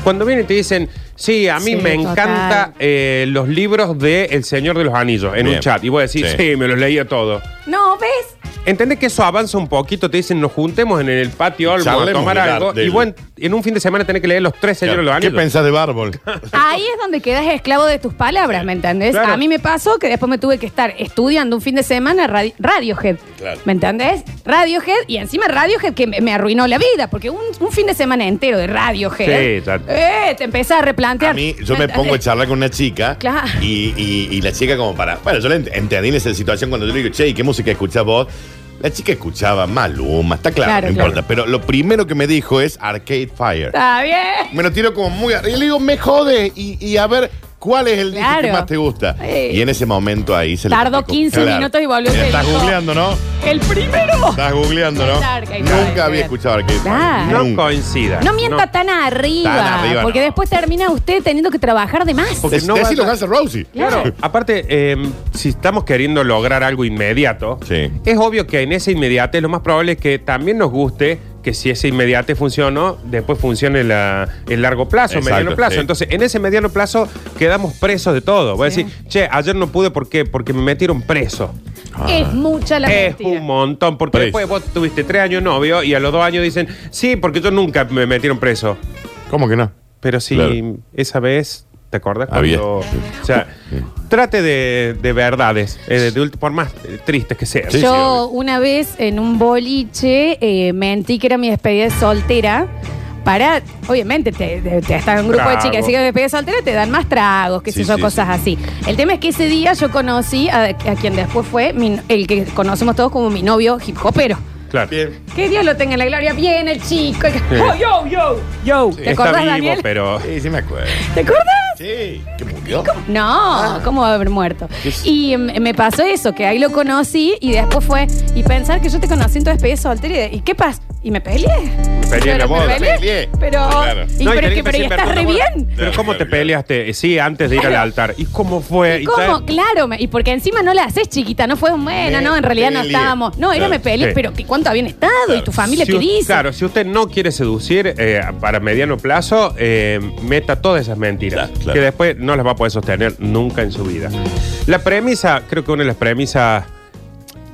Speaker 2: Cuando vienen y te dicen, sí, a mí
Speaker 1: Sí,
Speaker 2: me
Speaker 1: total.
Speaker 2: encanta eh, los libros de El Señor de los Anillos en un
Speaker 3: Bien.
Speaker 2: chat. Y vos decís, sí,
Speaker 3: Sí.
Speaker 2: me los leía todos.
Speaker 1: No, ¿ves?
Speaker 2: Entendés que eso avanza un poquito, te dicen nos juntemos en el patio Olmo a
Speaker 3: Charlemos
Speaker 2: tomar
Speaker 3: de la-
Speaker 2: algo
Speaker 3: del-
Speaker 2: y vos en, en un fin de semana tenés que leer los tres señores de los
Speaker 3: ¿Qué
Speaker 2: anillos.
Speaker 3: pensás de Bárbol?
Speaker 1: Ahí es donde quedas esclavo de tus palabras, ¿me entendés?
Speaker 2: Claro.
Speaker 1: A mí me pasó que después me tuve que estar estudiando un fin de semana radi- Radiohead.
Speaker 3: Claro.
Speaker 1: ¿Me entendés? Radiohead y encima Radiohead que me me arruinó la vida, porque un, un fin de semana entero de Radiohead.
Speaker 2: Sí, ya-
Speaker 1: eh, te empezás a replantear.
Speaker 3: A mí, yo me pongo a
Speaker 1: entendés?
Speaker 3: charlar con una chica
Speaker 1: Claro.
Speaker 3: y, y- y la chica como para... Bueno, yo la ent- entendí en esa situación cuando yo le digo, che, ¿y qué música escuchás vos? La chica escuchaba Maluma, está claro,
Speaker 1: Claro,
Speaker 3: no
Speaker 1: claro. Ah.
Speaker 3: importa. Pero lo primero que me dijo es Arcade Fire.
Speaker 1: Está bien.
Speaker 3: Me lo tiro como muy... ar- Y le digo, me jode. Y, y a ver, ¿Cuál es el disco que
Speaker 1: Claro.
Speaker 3: más te gusta?
Speaker 1: Eh.
Speaker 3: Y en ese momento ahí se le
Speaker 1: Tardó
Speaker 3: complicó.
Speaker 1: 15 minutos y volvió y
Speaker 3: Mira,
Speaker 1: le
Speaker 3: Estás
Speaker 1: dijo-
Speaker 3: googleando, ¿no?
Speaker 1: ¡El primero!
Speaker 3: Estás googleando, ¿no?
Speaker 1: Arcade Fire,
Speaker 3: Nunca había
Speaker 1: bien.
Speaker 3: escuchado Arcade Fire.
Speaker 1: Claro.
Speaker 2: No
Speaker 3: Nunca.
Speaker 2: coincida.
Speaker 1: No mienta tan, arriba,
Speaker 3: Tan arriba,
Speaker 1: porque
Speaker 3: no.
Speaker 1: después termina usted teniendo que trabajar de más.
Speaker 2: Porque
Speaker 3: Es,
Speaker 2: no va
Speaker 3: decilo,
Speaker 2: a-
Speaker 3: Guns N' Roses.
Speaker 1: Claro.
Speaker 2: Aparte, eh, si estamos queriendo lograr algo inmediato,
Speaker 3: Sí.
Speaker 2: es obvio que en ese inmediate lo más probable es que también nos guste que si ese inmediate funcionó, después funcione la- el largo plazo,
Speaker 3: Exacto,
Speaker 2: mediano plazo.
Speaker 3: sí.
Speaker 2: Entonces, en ese mediano plazo quedamos presos de todo. Voy a decir, che, ayer no pude, ¿por qué? Porque me metieron preso.
Speaker 3: Ah.
Speaker 1: Es mucha la
Speaker 2: es
Speaker 1: mentira.
Speaker 2: un montón, porque
Speaker 3: Preso.
Speaker 2: después vos tuviste tres años novio y a los dos años dicen, sí, porque yo nunca me metieron preso.
Speaker 3: ¿Cómo que no?
Speaker 2: Pero sí,
Speaker 3: Claro.
Speaker 2: esa vez, ¿te acordás?
Speaker 3: Había.
Speaker 2: Cuando, o sea, trate de, de verdades, eh, de, de ulti- por más eh, tristes que sean.
Speaker 3: Sí, sí,
Speaker 1: Yo
Speaker 3: obvio.
Speaker 1: una vez en un boliche eh, mentí que era mi despedida de soltera. Para, obviamente, te, te- te- estás en un grupo
Speaker 2: Trago.
Speaker 1: de chicas, así que despedida de soltera te dan más tragos, que
Speaker 3: Sí,
Speaker 1: sé yo,
Speaker 3: sí,
Speaker 1: cosas así. El tema es que ese día yo conocí a, a quien después fue mi- el que conocemos todos como mi novio hip hopero.
Speaker 2: Claro.
Speaker 3: Bien.
Speaker 1: Que Dios lo tenga en la gloria. Bien, el chico. el que- Oh, yo, yo, yo. ¿Te
Speaker 2: Está
Speaker 1: acordás,
Speaker 2: vivo,
Speaker 1: Daniel?
Speaker 2: pero.
Speaker 3: Sí, sí me acuerdo.
Speaker 1: ¿Te acordás?
Speaker 3: Sí, que murió.
Speaker 1: No, ¿cómo va a haber muerto? Y mm, me pasó eso, que ahí lo conocí y después fue, y pensar que yo te conocí en tu despedida soltera y, ¿y qué pasa? Y me peleé.
Speaker 2: peleé en la
Speaker 1: Pero
Speaker 2: boda.
Speaker 1: Me peleé.
Speaker 3: Peleé.
Speaker 1: Pero,
Speaker 3: Claro.
Speaker 1: y,
Speaker 2: No,
Speaker 1: pero
Speaker 2: y tenés
Speaker 1: es que, pero
Speaker 2: decir,
Speaker 1: y estás re
Speaker 2: perdón, bueno,
Speaker 1: bien.
Speaker 2: Pero ¿cómo te
Speaker 3: Claro.
Speaker 2: peleaste? Eh, Sí, antes de ir al altar. ¿Y cómo fue?
Speaker 1: ¿Cómo?
Speaker 2: tal?
Speaker 1: Claro, me- y porque encima no la haces chiquita, no fue un bueno,
Speaker 3: Me
Speaker 1: no, en realidad no
Speaker 3: peleé.
Speaker 1: estábamos. No, era
Speaker 3: Claro.
Speaker 1: me peleé,
Speaker 2: Sí.
Speaker 1: pero ¿qué- ¿cuánto habían estado? ¿Y tu familia
Speaker 2: Si
Speaker 1: qué
Speaker 2: u-
Speaker 1: dice?
Speaker 2: Claro, si usted no quiere seducir eh, para mediano plazo, eh, meta todas esas mentiras,
Speaker 3: Claro, claro.
Speaker 2: que después no las va a poder sostener nunca en su vida. La premisa, creo que una de las premisas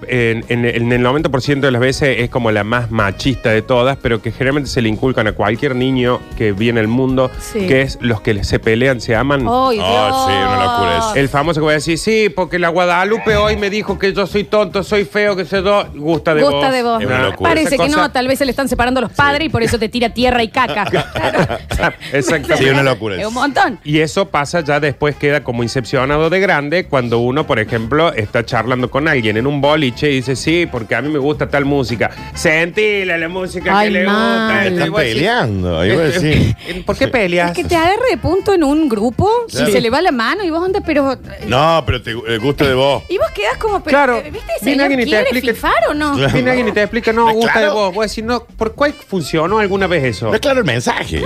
Speaker 2: en, en- en el 90% de las veces es como la más machista de todas, pero que generalmente se le inculcan a cualquier niño que viene al mundo,
Speaker 1: Sí. Oh.
Speaker 2: que es los que se pelean, se aman.
Speaker 1: Ay,
Speaker 3: Ah, sí, una locura
Speaker 1: Dios.
Speaker 3: esa.
Speaker 2: El famoso que voy a decir, sí, porque la Guadalupe hoy me dijo que yo soy tonto, soy feo, que se yo. Gusta de
Speaker 1: Gusta
Speaker 2: vos. Ah.
Speaker 1: de vos. Ah,
Speaker 3: Es una locura.
Speaker 1: Parece
Speaker 2: Esa
Speaker 1: que no,
Speaker 2: cosa-
Speaker 1: tal vez se le están separando los padres y por eso te tira tierra y caca. Claro.
Speaker 2: Exactamente.
Speaker 3: Sí, una locura.
Speaker 1: Es un montón.
Speaker 2: Y eso pasa ya después, queda como incepcionado de grande cuando uno, por ejemplo, está charlando con alguien en un boliche y dice, sí, porque a mí me gusta tal música. Sentila la música
Speaker 1: Ay,
Speaker 2: que le
Speaker 1: man.
Speaker 2: gusta.
Speaker 1: Te
Speaker 3: Están
Speaker 2: Y vos decís,
Speaker 3: peleando. pues, Ahí voy a
Speaker 2: "Este,
Speaker 3: decir.
Speaker 2: ¿Por qué peleas?
Speaker 1: Es que te agarre de punto en un grupo
Speaker 3: Claro.
Speaker 1: y se le va la mano y vos andas, pero.
Speaker 3: No, pero te, el gusto de vos.
Speaker 1: Y vos quedás como, pero. eh,
Speaker 2: Claro.
Speaker 1: ¿Viste ese
Speaker 2: Viene
Speaker 1: señor
Speaker 2: alguien y te
Speaker 1: quiere
Speaker 2: explica-
Speaker 1: fifar o no?
Speaker 2: Viene alguien y te explica, no, gusta
Speaker 3: Claro.
Speaker 2: de vos. Voy a decir, no, ¿por cuál funcionó alguna vez eso?
Speaker 3: No es claro el mensaje.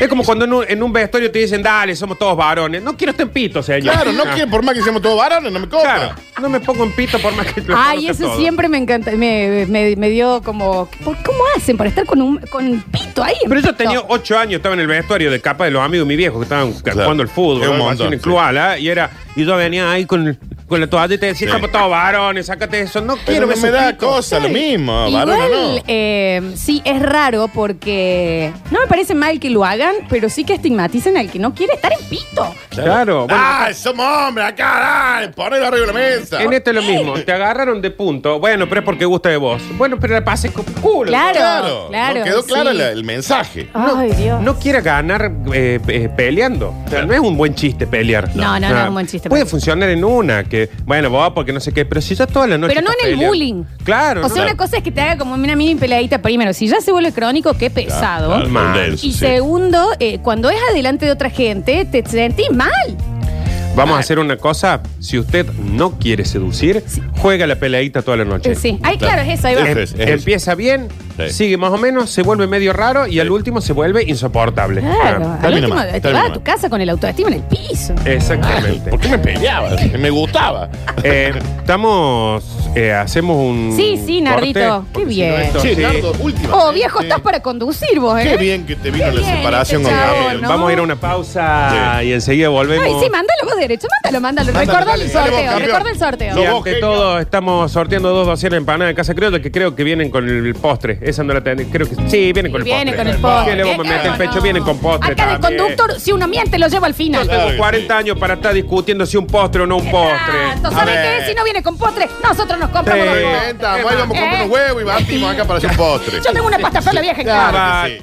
Speaker 2: Es como cuando en un, en un vestuario te dicen, dale, somos todos varones. No quiero estar en pito, señor. Ah.
Speaker 3: Claro, no quiero, por más que seamos todos varones, no me
Speaker 2: Claro,
Speaker 3: compra.
Speaker 2: no me pongo en pito por más que lo
Speaker 1: Ay,
Speaker 2: conozca
Speaker 1: eso
Speaker 2: todo.
Speaker 1: siempre me encanta. Me, me- me dio como. ¿por- ¿Cómo hacen para estar con un con pito ahí? en
Speaker 2: Pero yo
Speaker 1: pito?
Speaker 2: tenía ocho años, estaba en el vestuario de capa de los amigos de mi viejo que estaban jugando al fútbol,
Speaker 3: Es un
Speaker 2: algo así
Speaker 3: montón,
Speaker 2: en el
Speaker 3: sí.
Speaker 2: Club Ala, y era, y yo venía ahí con, con la toalla y te decía,
Speaker 3: Sí.
Speaker 2: como todos varones, sácate eso, no
Speaker 3: Pero
Speaker 2: quiero
Speaker 3: no
Speaker 2: esos
Speaker 3: me da
Speaker 2: picos".
Speaker 3: cosa, lo mismo.
Speaker 1: Igual,
Speaker 3: Varón o no.
Speaker 1: eh, sí, es raro porque no me parece mal que lo hagan, pero sí que estigmaticen al que no quiere estar en pito.
Speaker 2: Claro, bueno,
Speaker 3: ¡Ah, somos hombres acá! ¡Dale! ¡Ponelo arriba de la mesa!
Speaker 2: en este es lo mismo, te agarraron de punto, bueno, pero es porque gusta de vos. Bueno, pero la pasé con culo.
Speaker 1: Claro.
Speaker 3: Claro,
Speaker 1: claro,
Speaker 3: no quedó
Speaker 1: sí.
Speaker 3: claro la- el mensaje.
Speaker 1: Ay, Dios.
Speaker 2: No quiera ganar eh, eh, peleando. O sea, no es un buen chiste pelear.
Speaker 1: No, no, no
Speaker 2: Ah,
Speaker 1: es un buen chiste
Speaker 2: Puede
Speaker 1: pelear.
Speaker 2: funcionar en una, que, bueno, vos porque no sé qué, pero si ya toda la noche.
Speaker 1: Pero no
Speaker 2: estás
Speaker 1: en el
Speaker 2: peleando.
Speaker 1: bullying.
Speaker 2: Claro.
Speaker 1: O sea,
Speaker 2: no.
Speaker 1: una cosa es que te haga como una mini peleadita primero. Si ya se vuelve crónico, qué pesado.
Speaker 3: Claro,
Speaker 2: Mal.
Speaker 3: denso,
Speaker 1: Y
Speaker 3: sí.
Speaker 1: segundo, eh, cuando es adelante de otra gente, te sentís mal. Ah.
Speaker 2: Vamos a hacer una cosa. Si usted no quiere seducir, juega la peleadita toda la noche.
Speaker 1: Eh, Sí. Ay, claro, es eso. Ahí
Speaker 2: Em-
Speaker 1: va.
Speaker 3: Eso es, eso es.
Speaker 2: Empieza bien,
Speaker 3: Sí.
Speaker 2: sigue más o menos, se vuelve medio raro y al último se vuelve insoportable.
Speaker 1: Claro.
Speaker 2: Ah,
Speaker 1: Al
Speaker 3: termina
Speaker 1: último,
Speaker 3: mal,
Speaker 1: te
Speaker 3: termina
Speaker 1: vas a
Speaker 3: mal.
Speaker 1: tu casa con el autoestima en el piso.
Speaker 2: Exactamente.
Speaker 3: ¿Por qué me peleaba? Me gustaba.
Speaker 2: Eh, estamos. eh, hacemos un.
Speaker 1: Sí, sí, Nardito.
Speaker 2: corte,
Speaker 1: Qué
Speaker 2: porque si
Speaker 1: bien.
Speaker 2: no esto-
Speaker 3: Sí,
Speaker 2: sí.
Speaker 3: Nardo, última.
Speaker 1: Oh, viejo,
Speaker 3: Sí.
Speaker 1: estás para conducir vos, ¿eh?
Speaker 3: Qué bien que te vino
Speaker 1: Qué
Speaker 3: la
Speaker 1: bien
Speaker 3: separación
Speaker 1: este
Speaker 3: con
Speaker 1: chavo,
Speaker 3: Gabriel.
Speaker 1: ¿no?
Speaker 2: eh, Vamos a ir a una pausa y enseguida volvemos.
Speaker 1: Ay, sí, mándalo vos derecho, mándalo, mándalo.
Speaker 3: Mándalo,
Speaker 1: Recordá
Speaker 3: dale,
Speaker 1: el
Speaker 3: dale vos,
Speaker 1: sorteo,
Speaker 3: campeón.
Speaker 1: recuerda el sorteo.
Speaker 3: Lo
Speaker 2: Y
Speaker 3: vos,
Speaker 2: ante
Speaker 3: genio.
Speaker 2: todo, estamos sorteando dos docenas de empanadas de Casa Criolla que creo que vienen con el postre. Esa no la tenés. Creo que sí, vienen con el
Speaker 1: viene
Speaker 2: postre.
Speaker 1: con el postre.
Speaker 2: Que luego me mete el
Speaker 1: ¿Cómo
Speaker 2: pecho,
Speaker 1: no?
Speaker 2: vienen con postre.
Speaker 1: Acá de
Speaker 2: también.
Speaker 1: conductor, si uno miente, lo lleva al
Speaker 2: No
Speaker 1: final.
Speaker 3: Claro que
Speaker 2: tengo 40 años para estar discutiendo si un postre o no un
Speaker 1: Exacto,
Speaker 2: postre.
Speaker 3: A
Speaker 1: ¿Sabes
Speaker 3: ver.
Speaker 1: qué? Si no viene con postre, nosotros nos
Speaker 2: Sí.
Speaker 1: compramos dos postres.
Speaker 3: Inventamos, ahí vamos a comprar
Speaker 1: Eh.
Speaker 3: unos huevos y batimos acá para hacer un postre.
Speaker 1: Yo tengo una pasta frola vieja en
Speaker 3: Claro
Speaker 1: casa.
Speaker 3: que sí.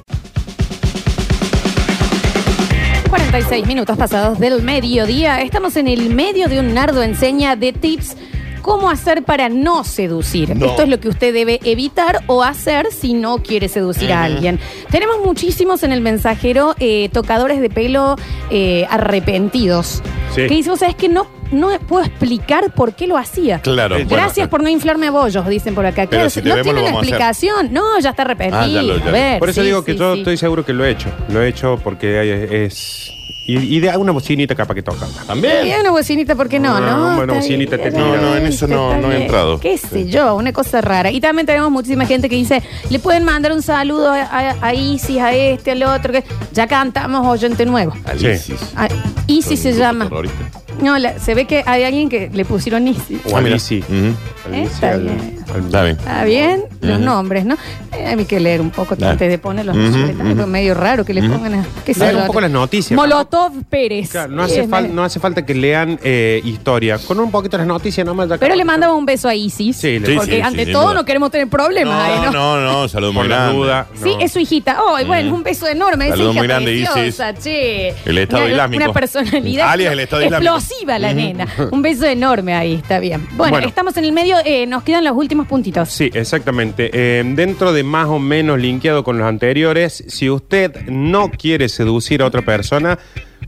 Speaker 1: 46 minutos pasados del mediodía. Estamos en el medio de un nardo enseña de tips. ¿Cómo hacer para no seducir?
Speaker 3: No.
Speaker 1: Esto es lo que usted debe evitar o hacer si no quiere seducir a alguien. Tenemos muchísimos en el mensajero eh, tocadores de pelo eh, arrepentidos.
Speaker 2: Sí.
Speaker 1: que dice, vos sabés que no, no puedo explicar por qué lo hacía.
Speaker 3: Claro.
Speaker 2: Sí,
Speaker 3: bueno,
Speaker 1: Gracias por no inflarme bollos, dicen por acá. Claro,
Speaker 3: si te
Speaker 1: no
Speaker 3: vemos,
Speaker 1: tiene
Speaker 3: lo
Speaker 1: una
Speaker 3: vamos a hacer.
Speaker 1: explicación. No, ya está repetido.
Speaker 3: Ah, ya lo- ya
Speaker 1: A
Speaker 3: lo-
Speaker 1: ver,
Speaker 2: Por eso
Speaker 1: sí,
Speaker 2: digo que
Speaker 1: sí,
Speaker 2: yo
Speaker 1: sí.
Speaker 2: estoy seguro que lo he hecho. Lo he hecho porque hay- es. Y, y de una bocinita capaz que toca.
Speaker 1: Y
Speaker 3: También.
Speaker 1: una bocinita, ¿por qué
Speaker 3: Ah,
Speaker 1: no?
Speaker 2: No,
Speaker 1: No,
Speaker 2: bueno,
Speaker 1: Está
Speaker 2: bocinita
Speaker 1: bien,
Speaker 2: te
Speaker 1: está
Speaker 2: tira.
Speaker 1: bien,
Speaker 3: No, no, en eso no-
Speaker 1: está
Speaker 3: no he
Speaker 1: bien.
Speaker 3: entrado.
Speaker 1: Qué sé yo, una cosa rara. Y también tenemos muchísima gente que dice, le pueden mandar un saludo a, a- a Isis, a este, al otro. que Ya cantamos oyente nuevo.
Speaker 3: Alicis.
Speaker 1: Ah, Isis se
Speaker 3: Son
Speaker 1: llama.
Speaker 3: terroristas.
Speaker 1: No, la- se ve que hay alguien que le pusieron Isis.
Speaker 2: O
Speaker 3: Ah,
Speaker 2: a
Speaker 3: mira.
Speaker 2: mí sí.
Speaker 3: Ujú.
Speaker 1: Está bien.
Speaker 3: Está bien.
Speaker 1: Está bien, los
Speaker 3: Ujú.
Speaker 1: nombres, ¿no? Eh, hay que leer un poco
Speaker 3: Dale.
Speaker 1: antes de poner los
Speaker 3: Ujú,
Speaker 1: nombres. También
Speaker 3: ujú.
Speaker 1: fue medio raro que le pongan a. qué sé
Speaker 2: Leer
Speaker 1: yo,
Speaker 2: un
Speaker 1: otro.
Speaker 2: poco las noticias.
Speaker 1: Molotov Pérez.
Speaker 2: Claro, no,
Speaker 1: Sí,
Speaker 2: hace
Speaker 1: es
Speaker 2: fal-
Speaker 1: medio-
Speaker 2: no hace falta que lean eh, historia. Con un poquito las noticias nomás. ya
Speaker 1: Pero
Speaker 2: capaz
Speaker 1: le
Speaker 2: que-
Speaker 1: mandaba un beso a Isis.
Speaker 2: Sí, le-
Speaker 3: Sí,
Speaker 1: porque
Speaker 3: sí,
Speaker 1: ante
Speaker 3: sí,
Speaker 1: todo
Speaker 3: sin duda.
Speaker 1: no queremos tener problemas ahí, ¿no?
Speaker 3: No, no, no, saludos muy
Speaker 2: Por la
Speaker 3: grande.
Speaker 2: duda.
Speaker 1: ¿eh? Sí,
Speaker 2: no.
Speaker 1: es su hijita. Oh, y bueno, un beso enorme. Esa
Speaker 3: Saludos
Speaker 1: hija
Speaker 3: muy grande,
Speaker 1: preciosa, che.
Speaker 3: El Estado
Speaker 1: una,
Speaker 3: Islámico.
Speaker 1: Una personalidad
Speaker 3: Alias el Estado Islámico.
Speaker 1: explosiva la nena. Un beso enorme ahí, está bien. Bueno,
Speaker 2: Bueno.
Speaker 1: estamos en el medio, eh, nos quedan los últimos puntitos.
Speaker 2: Sí, exactamente. Eh, dentro de más o menos linkeado con los anteriores, si usted no quiere seducir a otra persona,